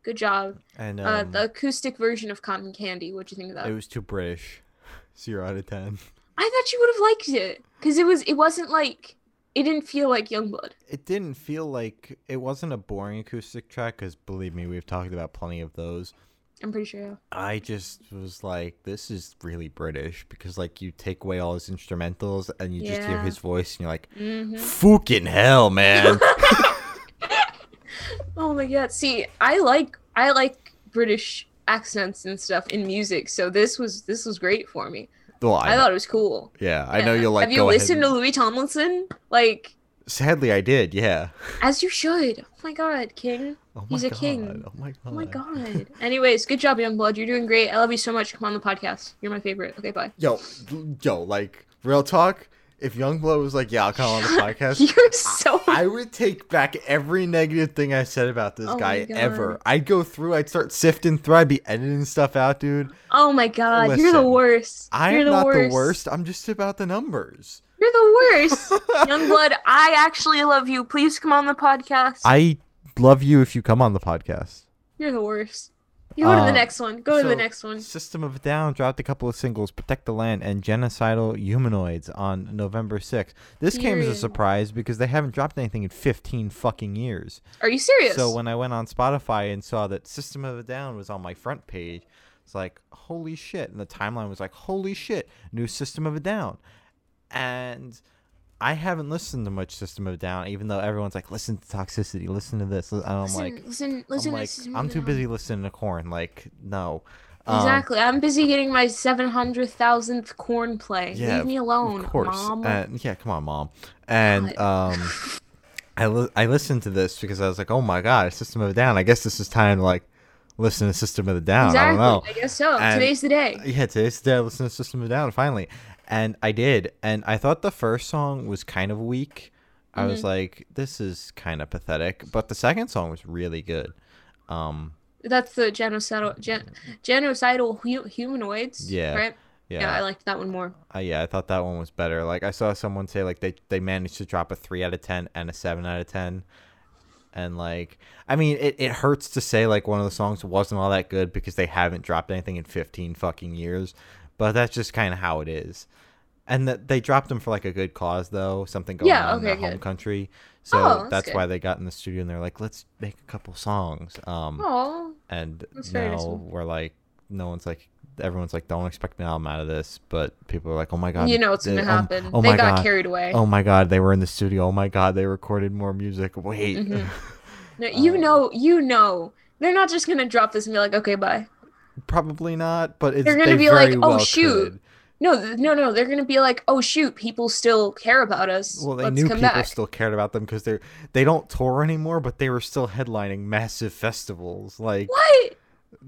[SPEAKER 2] good job.
[SPEAKER 1] and
[SPEAKER 2] uh
[SPEAKER 1] um,
[SPEAKER 2] the acoustic version of Cotton Candy, what'd you think of that?
[SPEAKER 1] it was too British. Zero out of ten.
[SPEAKER 2] I thought you would have liked it. Because it was it wasn't like it didn't feel like Youngblood.
[SPEAKER 1] It didn't feel like it wasn't a boring acoustic track because believe me, we've talked about plenty of those.
[SPEAKER 2] I'm pretty sure.
[SPEAKER 1] I just was like, this is really British because like you take away all his instrumentals and you just hear
[SPEAKER 2] Yeah.
[SPEAKER 1] his voice and you're like,
[SPEAKER 2] Mm-hmm.
[SPEAKER 1] fucking hell, man.
[SPEAKER 2] Oh my god. See, I like I like British accents and stuff in music, so this was this was great for me.
[SPEAKER 1] well,
[SPEAKER 2] I,
[SPEAKER 1] I,
[SPEAKER 2] thought it was cool.
[SPEAKER 1] yeah, I know you'll like.
[SPEAKER 2] Have you
[SPEAKER 1] go ahead
[SPEAKER 2] listened
[SPEAKER 1] and-
[SPEAKER 2] to Louis Tomlinson? Like
[SPEAKER 1] Sadly, I did. Yeah.
[SPEAKER 2] as you should. Oh my god, King.
[SPEAKER 1] Oh my
[SPEAKER 2] He's a
[SPEAKER 1] god.
[SPEAKER 2] king.
[SPEAKER 1] Oh my god.
[SPEAKER 2] Oh my god. Anyways, good job, Youngblood. You're doing great. I love you so much. Come on the podcast. You're my favorite. Okay, bye.
[SPEAKER 1] Yo, yo, like real talk. If Youngblood was like, "Yeah, I'll come on the podcast,"
[SPEAKER 2] You're so
[SPEAKER 1] I would take back every negative thing I said about this
[SPEAKER 2] Oh my
[SPEAKER 1] guy
[SPEAKER 2] God.
[SPEAKER 1] ever. I'd go through. I'd start sifting through. I'd be editing stuff out, dude.
[SPEAKER 2] Oh my god, you're the
[SPEAKER 1] Listen,
[SPEAKER 2] worst.
[SPEAKER 1] I
[SPEAKER 2] you're
[SPEAKER 1] am not the worst. I'm just about the numbers.
[SPEAKER 2] You're the worst. Youngblood, I actually love you. Please come on the podcast.
[SPEAKER 1] I love you if you come on the podcast.
[SPEAKER 2] You're the worst. You go to the
[SPEAKER 1] Um,
[SPEAKER 2] next one. Go to the
[SPEAKER 1] so-
[SPEAKER 2] next one.
[SPEAKER 1] System of a Down dropped a couple of singles, Protect the Land and Genocidal Humanoids on November 6th. This came as a
[SPEAKER 2] Period.
[SPEAKER 1] surprise because they haven't dropped anything in 15 fucking years.
[SPEAKER 2] Are you serious?
[SPEAKER 1] So when I went on Spotify and saw that System of a Down was on my front page, it's like, holy shit. And the timeline was like, holy shit, new System of a Down. And I haven't listened to much System of a Down, even though everyone's like, listen to Toxicity, listen to this. And I'm
[SPEAKER 2] listen,
[SPEAKER 1] like,
[SPEAKER 2] listen,
[SPEAKER 1] I'm,
[SPEAKER 2] listen,
[SPEAKER 1] like,
[SPEAKER 2] listen,
[SPEAKER 1] I'm too
[SPEAKER 2] no.
[SPEAKER 1] busy listening to Corn. Like, no. Um,
[SPEAKER 2] Exactly. I'm busy getting my seven hundred thousandth corn play.
[SPEAKER 1] Yeah,
[SPEAKER 2] Leave me
[SPEAKER 1] Of
[SPEAKER 2] alone,
[SPEAKER 1] course.
[SPEAKER 2] mom.
[SPEAKER 1] And- yeah, come on, mom. And um, I li- I listened to this because I was like, oh my god, System of a Down. I guess this is time to like listen to System of a Down. I
[SPEAKER 2] exactly.
[SPEAKER 1] don't know.
[SPEAKER 2] guess so.
[SPEAKER 1] And-
[SPEAKER 2] Today's the day.
[SPEAKER 1] Yeah, today's the day I listened to System of a Down finally, and I did. And I thought the first song was kind of weak. I was
[SPEAKER 2] Mm-hmm.
[SPEAKER 1] like, this is kind of pathetic. But the second song was really good. Um,
[SPEAKER 2] That's the genocidal, gen- genocidal hu- humanoids.
[SPEAKER 1] Yeah.
[SPEAKER 2] Right.
[SPEAKER 1] yeah,
[SPEAKER 2] I liked that one more.
[SPEAKER 1] Uh, yeah, I thought that one was better. Like I saw someone say like they they managed to drop a three out of ten and a seven out of ten, and like I mean it, it hurts to say like one of the songs wasn't all that good because they haven't dropped anything in fifteen fucking years, but that's just kind of how it is, and that they dropped them for like a good cause though something going
[SPEAKER 2] Yeah,
[SPEAKER 1] on in their
[SPEAKER 2] okay,
[SPEAKER 1] home
[SPEAKER 2] good.
[SPEAKER 1] country, so
[SPEAKER 2] Oh, that's
[SPEAKER 1] that's
[SPEAKER 2] good.
[SPEAKER 1] why they got in the studio and they're like let's make a couple songs. Um,
[SPEAKER 2] Oh,
[SPEAKER 1] and
[SPEAKER 2] That's very
[SPEAKER 1] now
[SPEAKER 2] reasonable.
[SPEAKER 1] we're like no one's like everyone's like don't expect an album out of this but people are like oh my god
[SPEAKER 2] you know it's
[SPEAKER 1] they-
[SPEAKER 2] gonna
[SPEAKER 1] um,
[SPEAKER 2] happen.
[SPEAKER 1] oh
[SPEAKER 2] they
[SPEAKER 1] my
[SPEAKER 2] got
[SPEAKER 1] god
[SPEAKER 2] carried away.
[SPEAKER 1] oh my god they were in the studio oh my god they recorded more music wait
[SPEAKER 2] Mhm. No, you
[SPEAKER 1] um,
[SPEAKER 2] know, you know, they're not just gonna drop this and be like, okay, bye.
[SPEAKER 1] probably not but it's
[SPEAKER 2] They're gonna
[SPEAKER 1] they
[SPEAKER 2] be like,
[SPEAKER 1] very
[SPEAKER 2] "Oh,
[SPEAKER 1] well
[SPEAKER 2] shoot."
[SPEAKER 1] could.
[SPEAKER 2] No, th- no, no. They're gonna be like, "Oh shoot, people still care about us.
[SPEAKER 1] well they
[SPEAKER 2] Let's
[SPEAKER 1] knew
[SPEAKER 2] come
[SPEAKER 1] people
[SPEAKER 2] back."
[SPEAKER 1] still cared about them because they're they don't tour anymore but they were still headlining massive festivals like
[SPEAKER 2] what?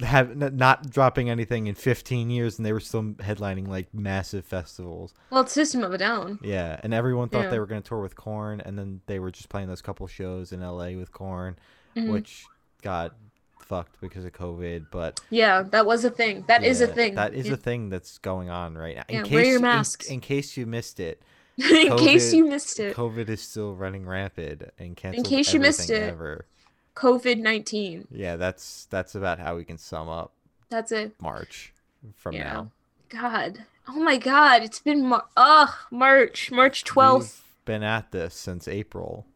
[SPEAKER 1] have n- not dropping anything in 15 years and they were still headlining like massive festivals
[SPEAKER 2] Well, it's System of a Down.
[SPEAKER 1] Yeah, and everyone thought
[SPEAKER 2] Yeah.
[SPEAKER 1] they were going to tour with Corn, and then they were just playing those couple shows in LA with Corn,
[SPEAKER 2] Mhm.
[SPEAKER 1] which got fucked because of COVID. But
[SPEAKER 2] Yeah, that was a thing. That is
[SPEAKER 1] yeah,
[SPEAKER 2] a thing.
[SPEAKER 1] That is
[SPEAKER 2] in,
[SPEAKER 1] a thing that's going on right now.
[SPEAKER 2] Yeah, wear your
[SPEAKER 1] in-
[SPEAKER 2] masks.
[SPEAKER 1] In, case you missed it,
[SPEAKER 2] in case
[SPEAKER 1] COVID-
[SPEAKER 2] you missed it,
[SPEAKER 1] COVID is still running rampant and canceled.
[SPEAKER 2] case you missed
[SPEAKER 1] everything
[SPEAKER 2] it.
[SPEAKER 1] ever.
[SPEAKER 2] COVID nineteen.
[SPEAKER 1] Yeah, that's that's about how we can sum up
[SPEAKER 2] That's it.
[SPEAKER 1] March from
[SPEAKER 2] Yeah.
[SPEAKER 1] now.
[SPEAKER 2] God. Oh my God. It's been Mar- ugh March, March twelfth.
[SPEAKER 1] We've been at this since April.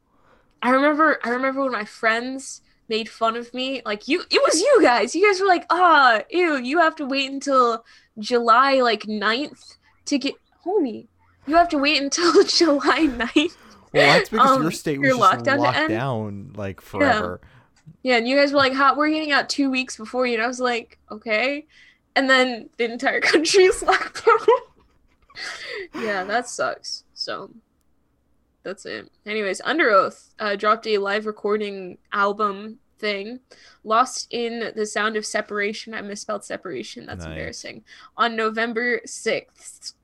[SPEAKER 2] I remember. I remember when my friends made fun of me. Like you, it was you guys. You guys were like, "Ah, ew. You have to wait until July like 9th to get homie. You have to wait until July 9th
[SPEAKER 1] Well, that's because
[SPEAKER 2] Um,
[SPEAKER 1] your state was
[SPEAKER 2] your
[SPEAKER 1] just
[SPEAKER 2] lockdown to
[SPEAKER 1] locked
[SPEAKER 2] end?
[SPEAKER 1] down like forever.
[SPEAKER 2] Yeah, and you guys were like, "Hot, we're getting out two weeks before you." And I was like, "Okay," and then the entire country's locked down. yeah, that sucks. So that's it. Anyways, Under Oath uh, dropped a live recording album thing, Lost in the Sound of Separation. I misspelled separation. That's
[SPEAKER 1] Nice.
[SPEAKER 2] embarrassing. On November sixth.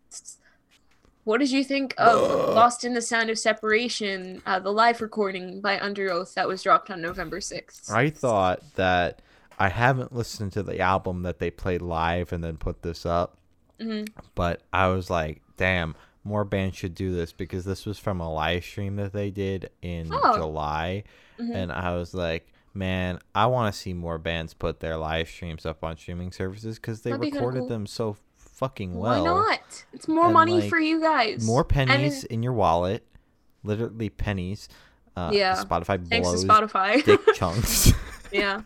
[SPEAKER 2] What did you think of
[SPEAKER 1] Ugh.
[SPEAKER 2] Lost in the Sound of Separation, uh, the live recording by Under Oath that was dropped on November 6th?
[SPEAKER 1] I thought that I haven't listened to the album that they played live and then put this up.
[SPEAKER 2] hmm
[SPEAKER 1] but I was like, damn, more bands should do this because this was from a live stream that they did in
[SPEAKER 2] Oh.
[SPEAKER 1] July.
[SPEAKER 2] Mhm.
[SPEAKER 1] And I was like, man, I want to see more bands put their live streams up on streaming services because they
[SPEAKER 2] That'd be kinda
[SPEAKER 1] recorded
[SPEAKER 2] cool.
[SPEAKER 1] them so fucking
[SPEAKER 2] Why
[SPEAKER 1] well.
[SPEAKER 2] not? It's more
[SPEAKER 1] and,
[SPEAKER 2] money
[SPEAKER 1] like,
[SPEAKER 2] for you guys.
[SPEAKER 1] More
[SPEAKER 2] And
[SPEAKER 1] pennies in your wallet, literally pennies. Uh,
[SPEAKER 2] Yeah.
[SPEAKER 1] Spotify
[SPEAKER 2] Thanks to
[SPEAKER 1] blows
[SPEAKER 2] Spotify.
[SPEAKER 1] dick chunks.
[SPEAKER 2] yeah.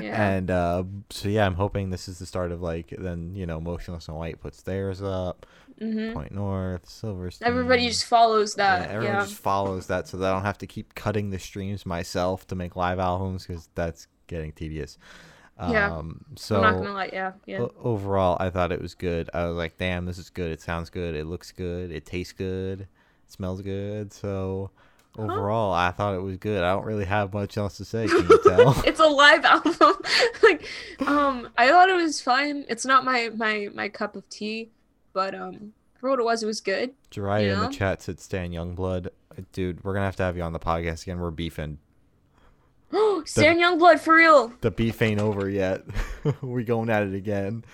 [SPEAKER 2] Yeah.
[SPEAKER 1] And uh, so yeah, I'm hoping this is the start of like then you know, Motionless and White puts theirs up.
[SPEAKER 2] hmm
[SPEAKER 1] Point North, Silverstein.
[SPEAKER 2] Everybody just follows
[SPEAKER 1] Mm-hmm. Yeah,
[SPEAKER 2] that.
[SPEAKER 1] everyone
[SPEAKER 2] Yeah.
[SPEAKER 1] just follows that, so that I don't have to keep cutting the streams myself to make live albums because that's getting tedious.
[SPEAKER 2] Yeah.
[SPEAKER 1] Um, so Oh.
[SPEAKER 2] I'm not gonna lie. Yeah. Yeah.
[SPEAKER 1] o- overall, I thought it was good. I was like, "Damn, this is good. It sounds good. It looks good. It tastes good. It smells good." So overall, I thought it was good. I don't really have much else to say. Can you tell?
[SPEAKER 2] it's a live album. like, um, I thought it was fine. It's not my my my cup of tea, but um, for what it was, it was good.
[SPEAKER 1] Jiraiya in the
[SPEAKER 2] Yeah.
[SPEAKER 1] chat said, "Stan Youngblood, uh, dude, we're gonna have to have you on the podcast again. We're beefing.
[SPEAKER 2] Stan Youngblood for real.
[SPEAKER 1] The beef ain't over yet. we going at it again."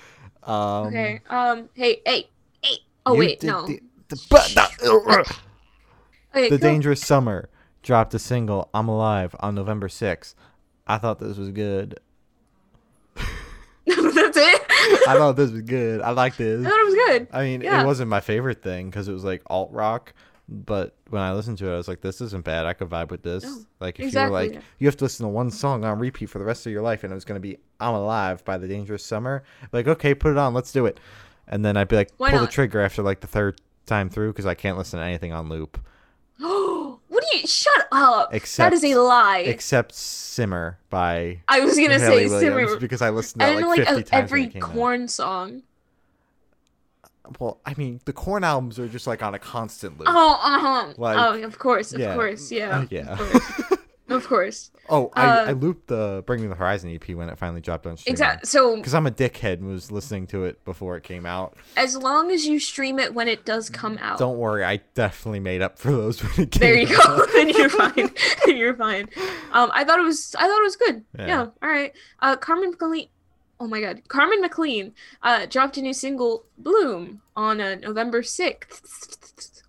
[SPEAKER 1] Um,
[SPEAKER 2] Okay. Um. Hey. Hey. Hey. Oh
[SPEAKER 1] You
[SPEAKER 2] wait.
[SPEAKER 1] did
[SPEAKER 2] No.
[SPEAKER 1] The, the, but the, uh,
[SPEAKER 2] okay,
[SPEAKER 1] The
[SPEAKER 2] go-
[SPEAKER 1] Dangerous Summer dropped a single, I'm Alive, on November 6th. I thought this was good.
[SPEAKER 2] That's it. I
[SPEAKER 1] I thought this was good. I like this.
[SPEAKER 2] thought it was good.
[SPEAKER 1] I mean,
[SPEAKER 2] Yeah.
[SPEAKER 1] it wasn't my favorite thing because it was like alt rock, but when I listened to it, I was like, this isn't bad. I could vibe with this.
[SPEAKER 2] No,
[SPEAKER 1] like, if
[SPEAKER 2] exactly.
[SPEAKER 1] you were like, you have to listen to one song on repeat for the rest of your life, and it was going to be I'm Alive by The Dangerous Summer, like, okay, put it on. Let's do it. And then I'd be like,
[SPEAKER 2] Why
[SPEAKER 1] pull
[SPEAKER 2] not?
[SPEAKER 1] the trigger after like the third time through because I can't listen to anything on loop.
[SPEAKER 2] Oh, what do you? Shut up.
[SPEAKER 1] Except-
[SPEAKER 2] that is a lie.
[SPEAKER 1] except Simmer by
[SPEAKER 2] I was gonna
[SPEAKER 1] Haley
[SPEAKER 2] say
[SPEAKER 1] Williams
[SPEAKER 2] Simmer.
[SPEAKER 1] because I listened to
[SPEAKER 2] And
[SPEAKER 1] that like,
[SPEAKER 2] like, a-
[SPEAKER 1] 50 times.
[SPEAKER 2] every
[SPEAKER 1] when it came out.
[SPEAKER 2] corn song.
[SPEAKER 1] Well, I mean, the corn albums are just like on a constant loop.
[SPEAKER 2] Oh, uh-huh.
[SPEAKER 1] Like,
[SPEAKER 2] oh, of course, of
[SPEAKER 1] yeah.
[SPEAKER 2] course, yeah,
[SPEAKER 1] Uh, yeah.
[SPEAKER 2] of course. of course.
[SPEAKER 1] Oh, I,
[SPEAKER 2] Uh,
[SPEAKER 1] I looped the Bring Me the Horizon EP when it finally dropped on streaming.
[SPEAKER 2] Exactly. So
[SPEAKER 1] Because I'm a dickhead and was listening to it before it came out.
[SPEAKER 2] as long as you stream it when it does come out,
[SPEAKER 1] Don't worry, I definitely made up for those when it came
[SPEAKER 2] there you
[SPEAKER 1] out.
[SPEAKER 2] go. then you're fine. Then you're fine. Um, I thought it was. I thought it was good.
[SPEAKER 1] Yeah.
[SPEAKER 2] Yeah. all right. Uh, Carmen McLean. Oh my God, Carmen McLean uh, dropped a new single "Bloom" on uh, November sixth.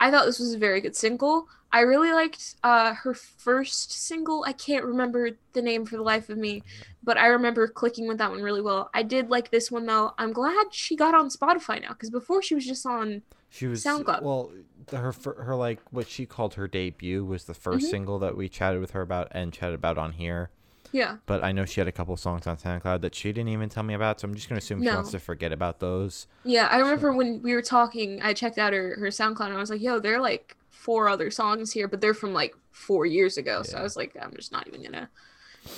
[SPEAKER 2] I thought this was a very good single. I really liked uh, her first single. I can't remember the name for the life of me, but I remember clicking with that one really well. I did like this one though. I'm glad she got on Spotify now because before she was just on.
[SPEAKER 1] She was
[SPEAKER 2] SoundCloud.
[SPEAKER 1] well. the- Her fir- her like what she called her debut was the 1st
[SPEAKER 2] Mhm.
[SPEAKER 1] single that we chatted with her about and chatted about on here.
[SPEAKER 2] Yeah,
[SPEAKER 1] but I know she had a couple songs on SoundCloud that she didn't even tell me about, so I'm just gonna assume she
[SPEAKER 2] No.
[SPEAKER 1] wants to forget about those.
[SPEAKER 2] Yeah, I remember when we were talking, I checked out her, her SoundCloud and I was like, yo, there are like four other songs here, but they're from like four years ago. So
[SPEAKER 1] Yeah.
[SPEAKER 2] I was like, I'm just not even gonna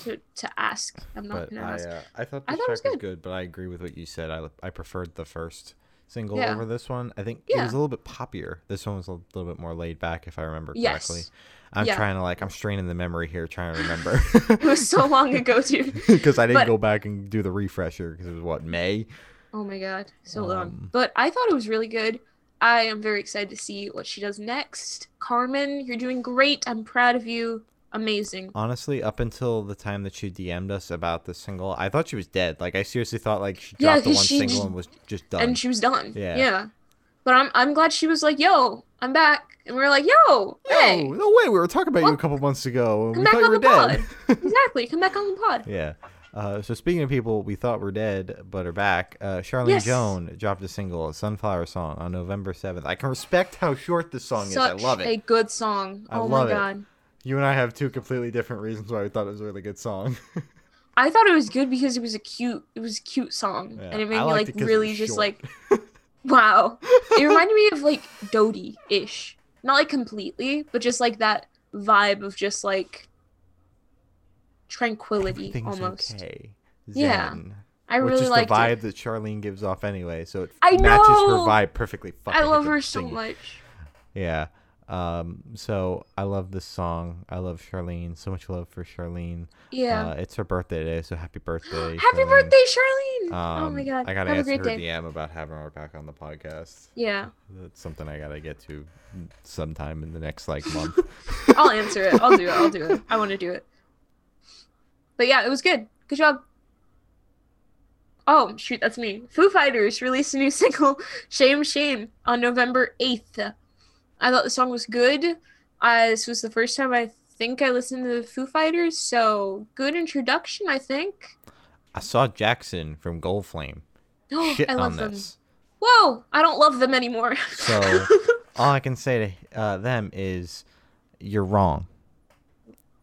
[SPEAKER 2] to, to ask. I'm not
[SPEAKER 1] but
[SPEAKER 2] gonna
[SPEAKER 1] I,
[SPEAKER 2] ask.
[SPEAKER 1] uh, I thought
[SPEAKER 2] I
[SPEAKER 1] this
[SPEAKER 2] thought it
[SPEAKER 1] track
[SPEAKER 2] was
[SPEAKER 1] was
[SPEAKER 2] good.
[SPEAKER 1] good, but I agree with what you said. I I preferred the first single
[SPEAKER 2] Yeah.
[SPEAKER 1] over this one. I think it
[SPEAKER 2] Yeah.
[SPEAKER 1] was a little bit poppier. This one was a little bit more laid back, if I remember correctly.
[SPEAKER 2] Yes.
[SPEAKER 1] I'm
[SPEAKER 2] Yeah.
[SPEAKER 1] trying to like I'm straining the memory here, trying to remember
[SPEAKER 2] It was so long ago dude.
[SPEAKER 1] because I didn't
[SPEAKER 2] But-
[SPEAKER 1] go back and do the refresher because it was what May.
[SPEAKER 2] Oh my god, so
[SPEAKER 1] Um,
[SPEAKER 2] long. But I thought it was really good. I am very excited to see what she does next. Carmen, you're doing great. I'm proud of you. Amazing.
[SPEAKER 1] Honestly, up until the time that she DM'd us about the single, I thought she was dead. Like I seriously thought like she
[SPEAKER 2] Yeah,
[SPEAKER 1] dropped the
[SPEAKER 2] 'cause
[SPEAKER 1] one
[SPEAKER 2] she
[SPEAKER 1] single
[SPEAKER 2] j-
[SPEAKER 1] and was just done.
[SPEAKER 2] And she was done.
[SPEAKER 1] Yeah.
[SPEAKER 2] But I'm I'm glad she was like, yo, I'm back. And we were like, yo, hey.
[SPEAKER 1] No, no way. We were talking about you a
[SPEAKER 2] What?
[SPEAKER 1] couple months ago. and
[SPEAKER 2] Come
[SPEAKER 1] we
[SPEAKER 2] back
[SPEAKER 1] thought you
[SPEAKER 2] on
[SPEAKER 1] were
[SPEAKER 2] the
[SPEAKER 1] dead.
[SPEAKER 2] Exactly. Come back on the pod.
[SPEAKER 1] yeah. Uh, so speaking of people we thought were dead but are back, uh, Charlene
[SPEAKER 2] Yes.
[SPEAKER 1] Joan dropped a single, a "Sunflower Song," on November seventh. I can respect how short this song is. I
[SPEAKER 2] Such
[SPEAKER 1] love it.
[SPEAKER 2] a good song.
[SPEAKER 1] I
[SPEAKER 2] oh
[SPEAKER 1] love it.
[SPEAKER 2] my god.
[SPEAKER 1] You and I have two completely different reasons why we thought it was a really good song.
[SPEAKER 2] I thought it was good because it was a cute it was a cute song.
[SPEAKER 1] Yeah,
[SPEAKER 2] and it
[SPEAKER 1] I
[SPEAKER 2] made me
[SPEAKER 1] liked
[SPEAKER 2] like
[SPEAKER 1] it 'cause it
[SPEAKER 2] really
[SPEAKER 1] was
[SPEAKER 2] just
[SPEAKER 1] short.
[SPEAKER 2] like wow. it reminded me of like Dodie ish. not like completely, but just like that vibe of just like tranquility
[SPEAKER 1] Everything's
[SPEAKER 2] almost.
[SPEAKER 1] okay.
[SPEAKER 2] Yeah.
[SPEAKER 1] Zen.
[SPEAKER 2] I
[SPEAKER 1] which
[SPEAKER 2] really
[SPEAKER 1] is
[SPEAKER 2] like
[SPEAKER 1] the vibe
[SPEAKER 2] it.
[SPEAKER 1] that Charlene gives off anyway, so it
[SPEAKER 2] I
[SPEAKER 1] matches
[SPEAKER 2] know!
[SPEAKER 1] her vibe perfectly. Fucking
[SPEAKER 2] I love
[SPEAKER 1] hate
[SPEAKER 2] her
[SPEAKER 1] to
[SPEAKER 2] so
[SPEAKER 1] sing it.
[SPEAKER 2] much.
[SPEAKER 1] Yeah. Um. So I love this song. I love Charlene. So much love for Charlene.
[SPEAKER 2] Yeah.
[SPEAKER 1] Uh, it's her birthday today, so happy birthday.
[SPEAKER 2] Happy
[SPEAKER 1] Charlene.
[SPEAKER 2] birthday, Charlene! oh
[SPEAKER 1] Um,
[SPEAKER 2] my god.
[SPEAKER 1] I gotta
[SPEAKER 2] Have a
[SPEAKER 1] answer
[SPEAKER 2] great
[SPEAKER 1] her
[SPEAKER 2] day.
[SPEAKER 1] DM about having her back on the podcast.
[SPEAKER 2] Yeah.
[SPEAKER 1] That's something I gotta get to sometime in the next like month.
[SPEAKER 2] I'll answer it. I'll do it. I'll do it. I want to do it. But yeah, it was good. Good job. Oh, shoot, that's me. Foo Fighters released a new single, Shame Shame, on November 8th. I thought the song was good. Uh, this was the first time I think I listened to the Foo Fighters, so good introduction, I think.
[SPEAKER 1] I saw Jackson from Gold Flame
[SPEAKER 2] Oh,
[SPEAKER 1] shit
[SPEAKER 2] I
[SPEAKER 1] on
[SPEAKER 2] love them.
[SPEAKER 1] this.
[SPEAKER 2] Whoa, I don't love them anymore.
[SPEAKER 1] So all I can say to uh, them is, you're wrong.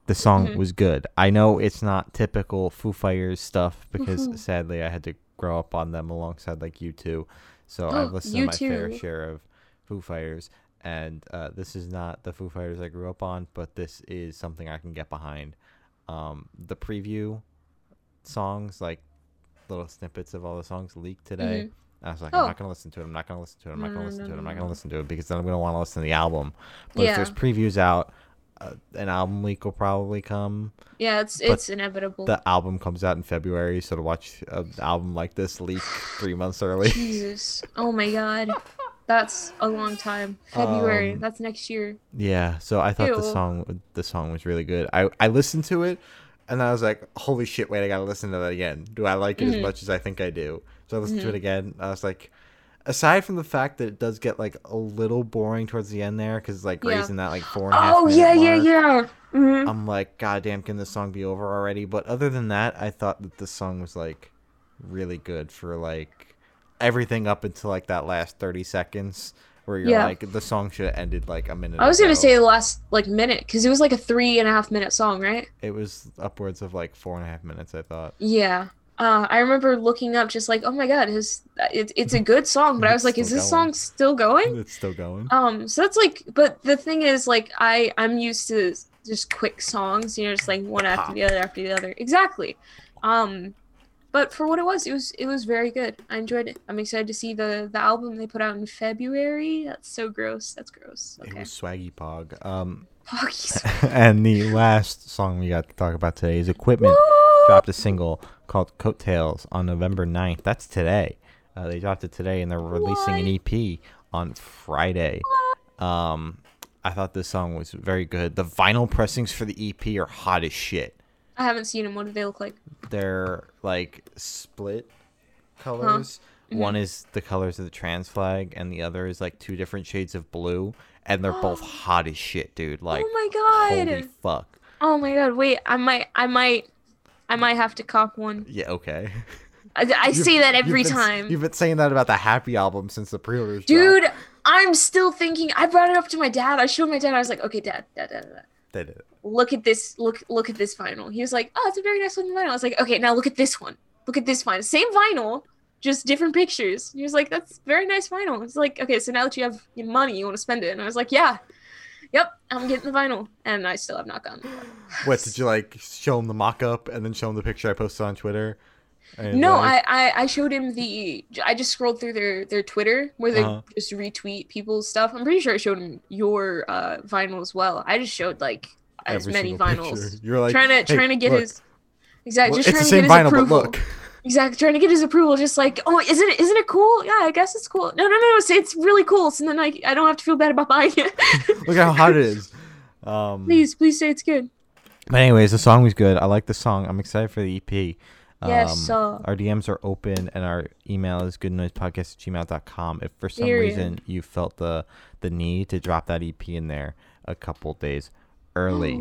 [SPEAKER 1] The song
[SPEAKER 2] Mhm.
[SPEAKER 1] was good. I know it's not typical Foo Fighters stuff because
[SPEAKER 2] Mhm.
[SPEAKER 1] sadly I had to grow up on them alongside like you two. So I've listened to
[SPEAKER 2] You
[SPEAKER 1] my fair
[SPEAKER 2] too.
[SPEAKER 1] share of Foo Fighters, and uh, this is not the Foo Fighters I grew up on, but this is something I can get behind. Um, the preview songs, like little snippets of all the songs leaked today. I was like, I'm
[SPEAKER 2] Oh.
[SPEAKER 1] not gonna listen to it. I'm not gonna listen to it. I'm not
[SPEAKER 2] No,
[SPEAKER 1] gonna
[SPEAKER 2] no,
[SPEAKER 1] listen
[SPEAKER 2] no,
[SPEAKER 1] to it. I'm
[SPEAKER 2] no,
[SPEAKER 1] not
[SPEAKER 2] no.
[SPEAKER 1] gonna listen to it because then I'm gonna want to listen to the album. But if there's
[SPEAKER 2] Mm. Yeah.
[SPEAKER 1] previews out, uh, an album leak will probably come.
[SPEAKER 2] yeah, it's
[SPEAKER 1] But
[SPEAKER 2] it's inevitable.
[SPEAKER 1] The album comes out in February, so to watch an album like this leak three months early.
[SPEAKER 2] Jesus. Oh my god. That's a long time. February.
[SPEAKER 1] Um,
[SPEAKER 2] that's next year.
[SPEAKER 1] Yeah, so I thought the
[SPEAKER 2] Ew.
[SPEAKER 1] song the song was really good. I I listened to it, and I was like, "Holy shit! Wait, I gotta listen to that again. Do I like it as
[SPEAKER 2] Mhm.
[SPEAKER 1] much as I think I do?" So I listened
[SPEAKER 2] Mm-hmm.
[SPEAKER 1] to it again. I was like, aside from the fact that it does get like a little boring towards the end there, because like
[SPEAKER 2] Yeah.
[SPEAKER 1] raising that like four and a half.
[SPEAKER 2] Oh yeah,
[SPEAKER 1] minute
[SPEAKER 2] yeah,
[SPEAKER 1] mark,
[SPEAKER 2] yeah. Mhm.
[SPEAKER 1] I'm like, goddamn, can this song be over already? But other than that, I thought that this song was like really good for like everything up until like that last 30 seconds where you're
[SPEAKER 2] Yeah.
[SPEAKER 1] like, the song should have ended like a minute.
[SPEAKER 2] I was gonna
[SPEAKER 1] ago.
[SPEAKER 2] say the last like minute because it was like a three and a half minute song, right?
[SPEAKER 1] it was upwards of like four and a half minutes. I thought
[SPEAKER 2] Yeah. Uh, I remember looking up, just like, oh my god, is it, it's a good song, but I
[SPEAKER 1] It's
[SPEAKER 2] was like, is
[SPEAKER 1] still
[SPEAKER 2] this
[SPEAKER 1] going.
[SPEAKER 2] song still going?
[SPEAKER 1] it's still going.
[SPEAKER 2] um so that's like but the thing is like i i'm used to just quick songs you know just like one
[SPEAKER 1] The
[SPEAKER 2] after
[SPEAKER 1] pop.
[SPEAKER 2] the other after the other exactly um but for what it was it was it was very good i enjoyed it i'm excited to see the the album they put out in february that's so gross that's gross
[SPEAKER 1] It
[SPEAKER 2] okay
[SPEAKER 1] was Swaggy Pog. Um,
[SPEAKER 2] Fuck, he's-
[SPEAKER 1] and the last song we got to talk about today is Equipment. dropped a single called Coattails on November 9th. That's today. Uh, they dropped it today and they're releasing an EP on Friday. Um, I thought this song was very good. The vinyl pressings for the EP are hot as shit.
[SPEAKER 2] i haven't seen them what do they look like
[SPEAKER 1] They're like split colors.
[SPEAKER 2] Mm-hmm.
[SPEAKER 1] One is the colors of the trans flag, and the other is like two different shades of blue. And they're both hot as shit, dude. Like,
[SPEAKER 2] oh my god
[SPEAKER 1] holy fuck.
[SPEAKER 2] oh my god wait i might i might i might have to cop one
[SPEAKER 1] Yeah, okay.
[SPEAKER 2] i, I
[SPEAKER 1] You've-
[SPEAKER 2] say that
[SPEAKER 1] you've
[SPEAKER 2] every
[SPEAKER 1] been s-
[SPEAKER 2] time
[SPEAKER 1] You've been saying that about the Happy album since the pre-orders. dropped.
[SPEAKER 2] Dude, I'm still thinking. I brought it up to my dad. I showed my dad. I was like, "Okay, dad, dad, dad, dad,
[SPEAKER 1] They did it.
[SPEAKER 2] look at this. Look, look at this vinyl." He was like, "Oh, it's a very nice looking vinyl." I was like, "Okay, now look at this one. Look at this vinyl. Same vinyl, just different pictures." He was like, "That's very nice vinyl." It's like, "Okay, so now that you have your money, you want to spend it?" And I was like, "Yeah, yep, I'm getting the vinyl." And I still have not gotten. It.
[SPEAKER 1] What did you like? Show him the mock-up and then show him the picture I posted on Twitter. And,
[SPEAKER 2] No,
[SPEAKER 1] like,
[SPEAKER 2] I, I I showed him the. I just scrolled through their their Twitter where they
[SPEAKER 1] Uh-huh.
[SPEAKER 2] just retweet people's stuff. I'm pretty sure I showed him your uh, vinyl as well. I just showed like as
[SPEAKER 1] every
[SPEAKER 2] many
[SPEAKER 1] single
[SPEAKER 2] vinyls,
[SPEAKER 1] picture. You're like
[SPEAKER 2] trying to
[SPEAKER 1] "Hey,
[SPEAKER 2] trying to get
[SPEAKER 1] look,
[SPEAKER 2] his. Exactly,
[SPEAKER 1] look,
[SPEAKER 2] just
[SPEAKER 1] it's
[SPEAKER 2] trying
[SPEAKER 1] the
[SPEAKER 2] to get
[SPEAKER 1] same vinyl,
[SPEAKER 2] his approval.
[SPEAKER 1] but look,
[SPEAKER 2] Exactly, trying to get his approval. Just like, oh, isn't it isn't it cool? Yeah, I guess it's cool. No, no, no, it's, it's really cool. So then I I don't have to feel bad about buying
[SPEAKER 1] Mm.
[SPEAKER 2] it.
[SPEAKER 1] look how hot it is. Um,
[SPEAKER 2] please, please say it's good.
[SPEAKER 1] But anyways, the song was good. I like the song. I'm excited for the EP.
[SPEAKER 2] Yes, uh,
[SPEAKER 1] our DMs are open and our email is goodnoisepodcast@gmail.com. If for some
[SPEAKER 2] Period.
[SPEAKER 1] reason you felt the the need to drop that EP in there a couple days early,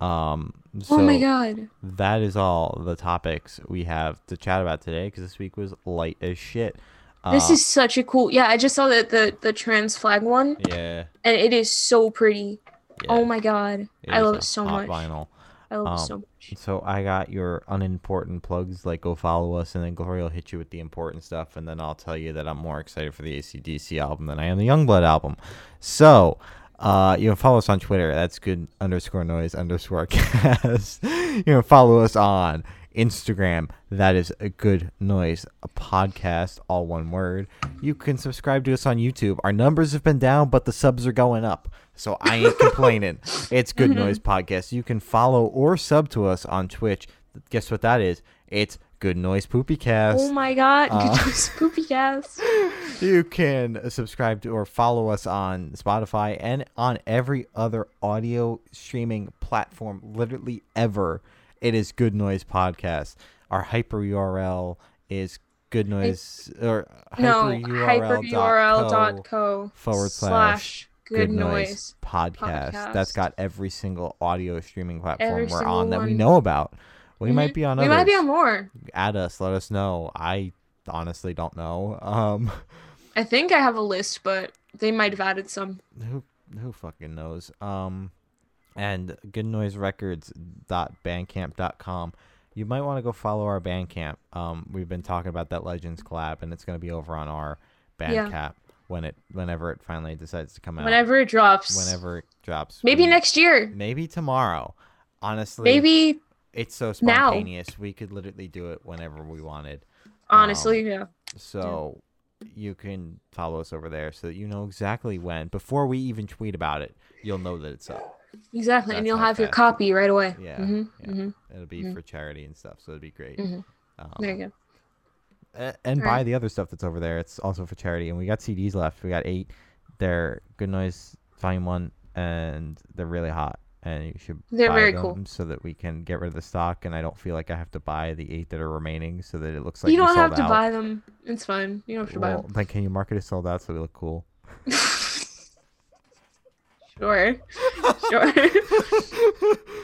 [SPEAKER 1] um, so
[SPEAKER 2] oh my god.
[SPEAKER 1] that is all the topics we have to chat about today because this week was light as shit. uh,
[SPEAKER 2] This is such a cool. Yeah, I just saw that the the trans flag one,
[SPEAKER 1] Um, yeah.
[SPEAKER 2] and it is so pretty.
[SPEAKER 1] yeah,
[SPEAKER 2] Oh my god.
[SPEAKER 1] it
[SPEAKER 2] I
[SPEAKER 1] is
[SPEAKER 2] love
[SPEAKER 1] a
[SPEAKER 2] it so
[SPEAKER 1] hot
[SPEAKER 2] much.
[SPEAKER 1] Vinyl.
[SPEAKER 2] I love
[SPEAKER 1] Um,
[SPEAKER 2] it so much.
[SPEAKER 1] So I got your unimportant plugs, like go follow us, and then Gloria will hit you with the important stuff, and then I'll tell you that I'm more excited for the ACDC album than I am the Youngblood album. So Uh, you can follow us on Twitter. That's good underscore noise underscore cast. you can follow us on Instagram. That is a good noise a podcast, all one word. You can subscribe to us on YouTube. Our numbers have been down, but the subs are going up. So I ain't complaining. It's Good Noise Podcast. You can follow or sub to us on Twitch. Guess what that is? It's Good Noise Poopy Cast
[SPEAKER 2] Oh my god,
[SPEAKER 1] Uh,
[SPEAKER 2] good choice, poopy cast.
[SPEAKER 1] you can uh, subscribe to or follow us on Spotify and on every other audio streaming platform, literally ever. It is Good Noise Podcast. Our hyper URL is good noise or
[SPEAKER 2] No,
[SPEAKER 1] hyperurl.co
[SPEAKER 2] hyperurl.co
[SPEAKER 1] forward slash
[SPEAKER 2] good noise.
[SPEAKER 1] podcast. That's
[SPEAKER 2] podcast.
[SPEAKER 1] got every single audio streaming platform
[SPEAKER 2] Every
[SPEAKER 1] we're
[SPEAKER 2] single
[SPEAKER 1] on that we
[SPEAKER 2] one.
[SPEAKER 1] know about. We
[SPEAKER 2] Mhm.
[SPEAKER 1] might be on
[SPEAKER 2] We
[SPEAKER 1] others
[SPEAKER 2] might be on more.
[SPEAKER 1] at us. Let us know. I honestly don't know. Um,
[SPEAKER 2] I think I have a list, but they might have added some.
[SPEAKER 1] who who fucking knows? Um, and goodnoiserecords.bandcamp.com. You might want to go follow our Bandcamp. Um, we've been talking about that Legends collab, and it's gonna be over on our
[SPEAKER 2] Yeah.
[SPEAKER 1] Bandcamp when it whenever it finally decides to come out.
[SPEAKER 2] Whenever it drops.
[SPEAKER 1] whenever it drops.
[SPEAKER 2] Maybe
[SPEAKER 1] We-
[SPEAKER 2] next year.
[SPEAKER 1] Maybe tomorrow. Honestly, Um,
[SPEAKER 2] Maybe
[SPEAKER 1] it's so
[SPEAKER 2] now.
[SPEAKER 1] spontaneous. We could literally do it whenever we wanted.
[SPEAKER 2] honestly, yeah.
[SPEAKER 1] So you can follow us over there so that you know exactly when. Before we even tweet about it, you'll know that it's up.
[SPEAKER 2] Exactly. And
[SPEAKER 1] that's
[SPEAKER 2] you'll
[SPEAKER 1] how
[SPEAKER 2] have your
[SPEAKER 1] fast-
[SPEAKER 2] copy right away.
[SPEAKER 1] Yeah,
[SPEAKER 2] hmm
[SPEAKER 1] yeah.
[SPEAKER 2] hmm
[SPEAKER 1] It'll be
[SPEAKER 2] Mhm.
[SPEAKER 1] for charity and stuff, so it'd be great.
[SPEAKER 2] Mhm.
[SPEAKER 1] Um,
[SPEAKER 2] There you go.
[SPEAKER 1] a- and buy
[SPEAKER 2] Alright.
[SPEAKER 1] the other stuff that's over there. It's also for charity. And we got CDs left. We got eight. They're Good Noise Volume 1, and they're really hot. And you should
[SPEAKER 2] They're
[SPEAKER 1] buy
[SPEAKER 2] very
[SPEAKER 1] them
[SPEAKER 2] cool.
[SPEAKER 1] so that we can get rid of the stock. And I don't feel like I have to buy the eight that are remaining so that it looks like
[SPEAKER 2] you
[SPEAKER 1] we
[SPEAKER 2] don't have
[SPEAKER 1] sold
[SPEAKER 2] to
[SPEAKER 1] out.
[SPEAKER 2] buy them. It's fine. You don't have to buy
[SPEAKER 1] Well, then can you market it sold out so we look cool?
[SPEAKER 2] them. sure. Sure.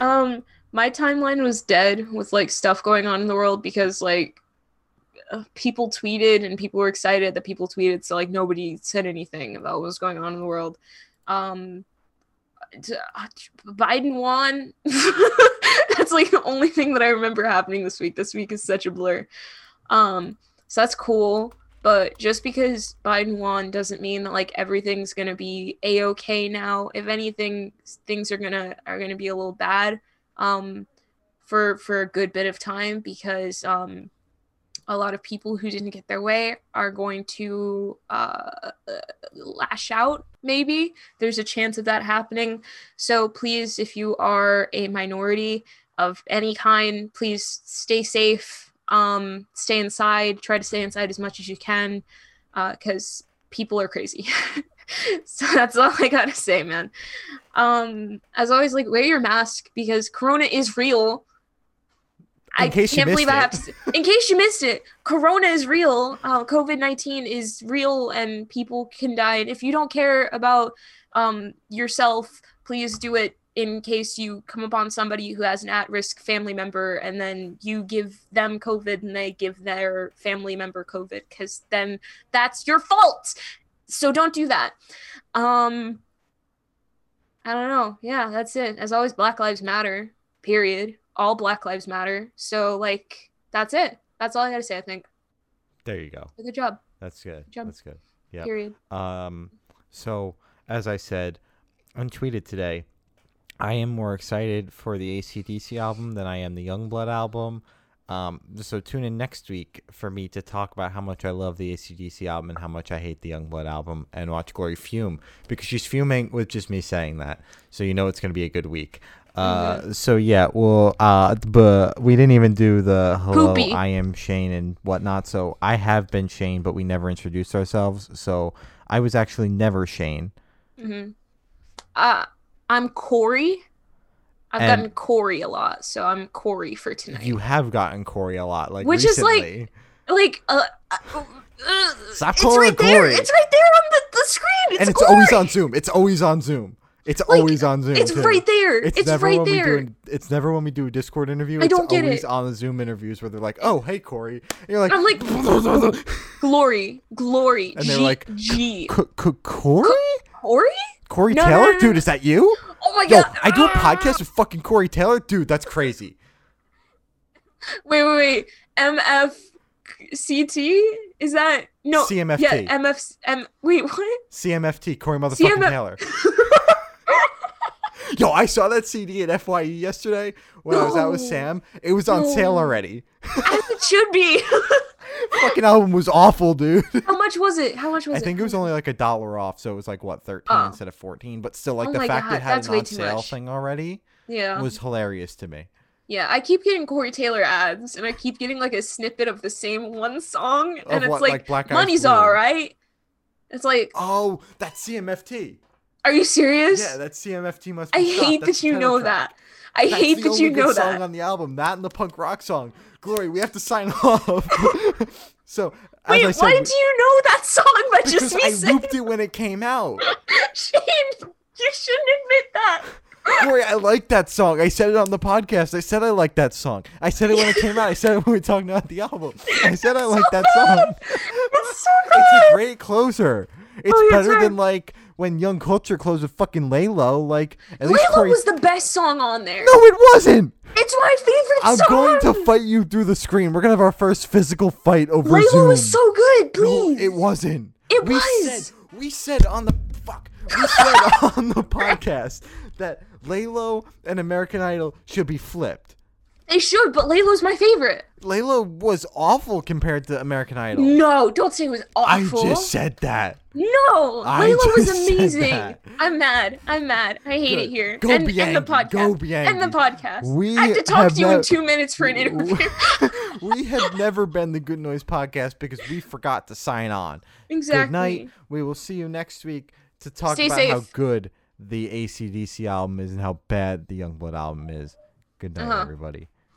[SPEAKER 2] um my timeline was dead with like stuff going on in the world because like uh, people tweeted and people were excited that people tweeted so like nobody said anything about what was going on in the world um d- uh, biden won that's like the only thing that i remember happening this week this week is such a blur um so that's cool but just because Biden won doesn't mean that like everything's gonna be a okay now. If anything, s- things are gonna are gonna be a little bad um, for for a good bit of time because um, a lot of people who didn't get their way are going to uh, uh, lash out. Maybe there's a chance of that happening. So please, if you are a minority of any kind, please stay safe. Um, stay inside. Try to stay inside as much as you can, because uh, people are crazy. so that's all I gotta say, man. Um, as always, like wear your mask because Corona is real.
[SPEAKER 1] In case you
[SPEAKER 2] can't believe
[SPEAKER 1] missed
[SPEAKER 2] I
[SPEAKER 1] it.
[SPEAKER 2] have to. s- In case you missed it, Corona is real. Uh, COVID nineteen is real, and people can die. And if you don't care about um, yourself, please do it in case you come upon somebody who has an at risk family member and then you give them COVID and they give their family member COVID because then that's your fault. So don't do that. Um, I don't know. Yeah, that's it. As always, Black Lives Matter, period. All Black Lives Matter. So, like, that's it. That's all I got to say, I think.
[SPEAKER 1] There you go.
[SPEAKER 2] Good job,
[SPEAKER 1] That's good.
[SPEAKER 2] job.
[SPEAKER 1] That's good. Yep.
[SPEAKER 2] period.
[SPEAKER 1] Um, so as I said, untweeted today, I am more excited for the ACDC album than I am the Youngblood album. Um, so tune in next week for me to talk about how much I love the ACDC album and how much I hate the Youngblood album and watch Glory fume because she's fuming with just me saying that. So you know it's going to be a good week. Uh, so yeah, well, uh, but we didn't even do the hello,
[SPEAKER 2] Poopy.
[SPEAKER 1] I am Shane and whatnot. So I have been Shane, but we never introduced ourselves. So I was actually never Shane.
[SPEAKER 2] hmm Uh, I'm Corey. I've
[SPEAKER 1] And-
[SPEAKER 2] gotten Corey a lot, so I'm Corey for tonight.
[SPEAKER 1] You have gotten Corey a lot, like
[SPEAKER 2] Which is, like-
[SPEAKER 1] recently.
[SPEAKER 2] like, uh, uh, uh,
[SPEAKER 1] Stop
[SPEAKER 2] it's
[SPEAKER 1] calling
[SPEAKER 2] right
[SPEAKER 1] her
[SPEAKER 2] There.
[SPEAKER 1] Corey.
[SPEAKER 2] It's right there on the, the screen. It's
[SPEAKER 1] and it's
[SPEAKER 2] Corey.
[SPEAKER 1] always on Zoom. It's always on Zoom. It's always on Zoom.
[SPEAKER 2] It's
[SPEAKER 1] too.
[SPEAKER 2] right there.
[SPEAKER 1] It's,
[SPEAKER 2] It's,
[SPEAKER 1] never
[SPEAKER 2] right
[SPEAKER 1] when
[SPEAKER 2] there.
[SPEAKER 1] we do. An, it's never when we do a Discord interview.
[SPEAKER 2] I
[SPEAKER 1] it's
[SPEAKER 2] don't get
[SPEAKER 1] always
[SPEAKER 2] it.
[SPEAKER 1] on the Zoom interviews where they're like, "Oh, hey, Corey," and you're like,
[SPEAKER 2] I'm like- Glory, glory.
[SPEAKER 1] And
[SPEAKER 2] G,
[SPEAKER 1] they're like,
[SPEAKER 2] G.
[SPEAKER 1] "C- C- Corey,
[SPEAKER 2] Corey?
[SPEAKER 1] Corey
[SPEAKER 2] No, no,
[SPEAKER 1] Taylor,
[SPEAKER 2] no, no,
[SPEAKER 1] dude, is that you?
[SPEAKER 2] Oh my
[SPEAKER 1] Yo,
[SPEAKER 2] god.
[SPEAKER 1] I do a
[SPEAKER 2] Ah.
[SPEAKER 1] podcast with fucking Corey Taylor, dude. That's crazy.
[SPEAKER 2] Wait, wait, wait. MFCT? Is that no?
[SPEAKER 1] CMFT.
[SPEAKER 2] Yeah, MF. M. Wait, what?
[SPEAKER 1] CMFT, Corey motherfucking
[SPEAKER 2] CMF
[SPEAKER 1] Taylor. Yo, I saw that CD at FYE E yesterday when I was out with
[SPEAKER 2] No.
[SPEAKER 1] Sam. It was on sale
[SPEAKER 2] No.
[SPEAKER 1] already.
[SPEAKER 2] As it should be.
[SPEAKER 1] Fucking album was awful, dude.
[SPEAKER 2] How much was it? How much was
[SPEAKER 1] I
[SPEAKER 2] it?
[SPEAKER 1] think it was only like a dollar off, so it was like what thirteen
[SPEAKER 2] Oh.
[SPEAKER 1] instead of fourteen. But still, like
[SPEAKER 2] Oh
[SPEAKER 1] the
[SPEAKER 2] my
[SPEAKER 1] fact
[SPEAKER 2] God,
[SPEAKER 1] it had
[SPEAKER 2] that's
[SPEAKER 1] an
[SPEAKER 2] way
[SPEAKER 1] on
[SPEAKER 2] too
[SPEAKER 1] sale
[SPEAKER 2] much.
[SPEAKER 1] thing already
[SPEAKER 2] yeah.
[SPEAKER 1] was hilarious to me.
[SPEAKER 2] Yeah, I keep getting Corey Taylor ads, and I keep getting like a snippet of the same one song, and
[SPEAKER 1] Of
[SPEAKER 2] it's
[SPEAKER 1] what,
[SPEAKER 2] like,
[SPEAKER 1] like, Black Eyed
[SPEAKER 2] money's
[SPEAKER 1] Blue."
[SPEAKER 2] all right. It's like,
[SPEAKER 1] Oh, that's CMFT.
[SPEAKER 2] are you serious?
[SPEAKER 1] Yeah, that CMFT must. Be
[SPEAKER 2] I
[SPEAKER 1] Stopped.
[SPEAKER 2] hate
[SPEAKER 1] That's
[SPEAKER 2] that you
[SPEAKER 1] the
[SPEAKER 2] know
[SPEAKER 1] title track.
[SPEAKER 2] that. I
[SPEAKER 1] That's
[SPEAKER 2] hate
[SPEAKER 1] the
[SPEAKER 2] that
[SPEAKER 1] only
[SPEAKER 2] you
[SPEAKER 1] good
[SPEAKER 2] know
[SPEAKER 1] song
[SPEAKER 2] that.
[SPEAKER 1] on the album, that and the punk rock song. Glory, we have to sign off. so as
[SPEAKER 2] Wait,
[SPEAKER 1] I
[SPEAKER 2] why
[SPEAKER 1] said,
[SPEAKER 2] did you know that song by
[SPEAKER 1] because
[SPEAKER 2] just me
[SPEAKER 1] I
[SPEAKER 2] saying?
[SPEAKER 1] looped it when it came out.
[SPEAKER 2] Shane, you shouldn't admit that.
[SPEAKER 1] Glory, I like that song. I said it on the podcast. I said I like that song. I said it when it came out. I said it when we were talking about the album. I said I like that song.
[SPEAKER 2] It's so
[SPEAKER 1] It's a
[SPEAKER 2] bad.
[SPEAKER 1] great closer. It's
[SPEAKER 2] Oh, that's
[SPEAKER 1] better than
[SPEAKER 2] right.
[SPEAKER 1] like when Young Culture closed with fucking Laylo. Like at least
[SPEAKER 2] Layla
[SPEAKER 1] Corey.
[SPEAKER 2] was the best song on there.
[SPEAKER 1] no, it wasn't.
[SPEAKER 2] It's my favorite
[SPEAKER 1] I'm
[SPEAKER 2] song.
[SPEAKER 1] going to fight you through the screen. We're gonna have our first physical fight over
[SPEAKER 2] Layla
[SPEAKER 1] Zoom.
[SPEAKER 2] was so good.
[SPEAKER 1] No,
[SPEAKER 2] Please.
[SPEAKER 1] it wasn't.
[SPEAKER 2] It
[SPEAKER 1] we
[SPEAKER 2] was.
[SPEAKER 1] Said, we said on the fuck. We said on the podcast that Laylo and American Idol should be flipped.
[SPEAKER 2] They should, but Layla's my favorite.
[SPEAKER 1] Laylo was awful compared to American Idol.
[SPEAKER 2] No, don't say it was Mm, awful.
[SPEAKER 1] I just said that.
[SPEAKER 2] no,
[SPEAKER 1] I
[SPEAKER 2] Layla was
[SPEAKER 1] just said
[SPEAKER 2] amazing.
[SPEAKER 1] that.
[SPEAKER 2] I'm mad. I'm mad. I hate it
[SPEAKER 1] Good.
[SPEAKER 2] here.
[SPEAKER 1] Go
[SPEAKER 2] and,
[SPEAKER 1] be
[SPEAKER 2] and the
[SPEAKER 1] angry.
[SPEAKER 2] podcast.
[SPEAKER 1] Go be
[SPEAKER 2] and the
[SPEAKER 1] angry.
[SPEAKER 2] podcast.
[SPEAKER 1] We
[SPEAKER 2] I have to talk
[SPEAKER 1] have
[SPEAKER 2] to you in
[SPEAKER 1] not-
[SPEAKER 2] two minutes for an interview.
[SPEAKER 1] we have never been the Good Noise podcast because we forgot to sign on.
[SPEAKER 2] exactly.
[SPEAKER 1] Good night. We will see you next week to talk
[SPEAKER 2] Stay
[SPEAKER 1] about how
[SPEAKER 2] safe.
[SPEAKER 1] good the ACDC album is and how bad the Youngblood album is. Good night,
[SPEAKER 2] Uh-huh.
[SPEAKER 1] everybody.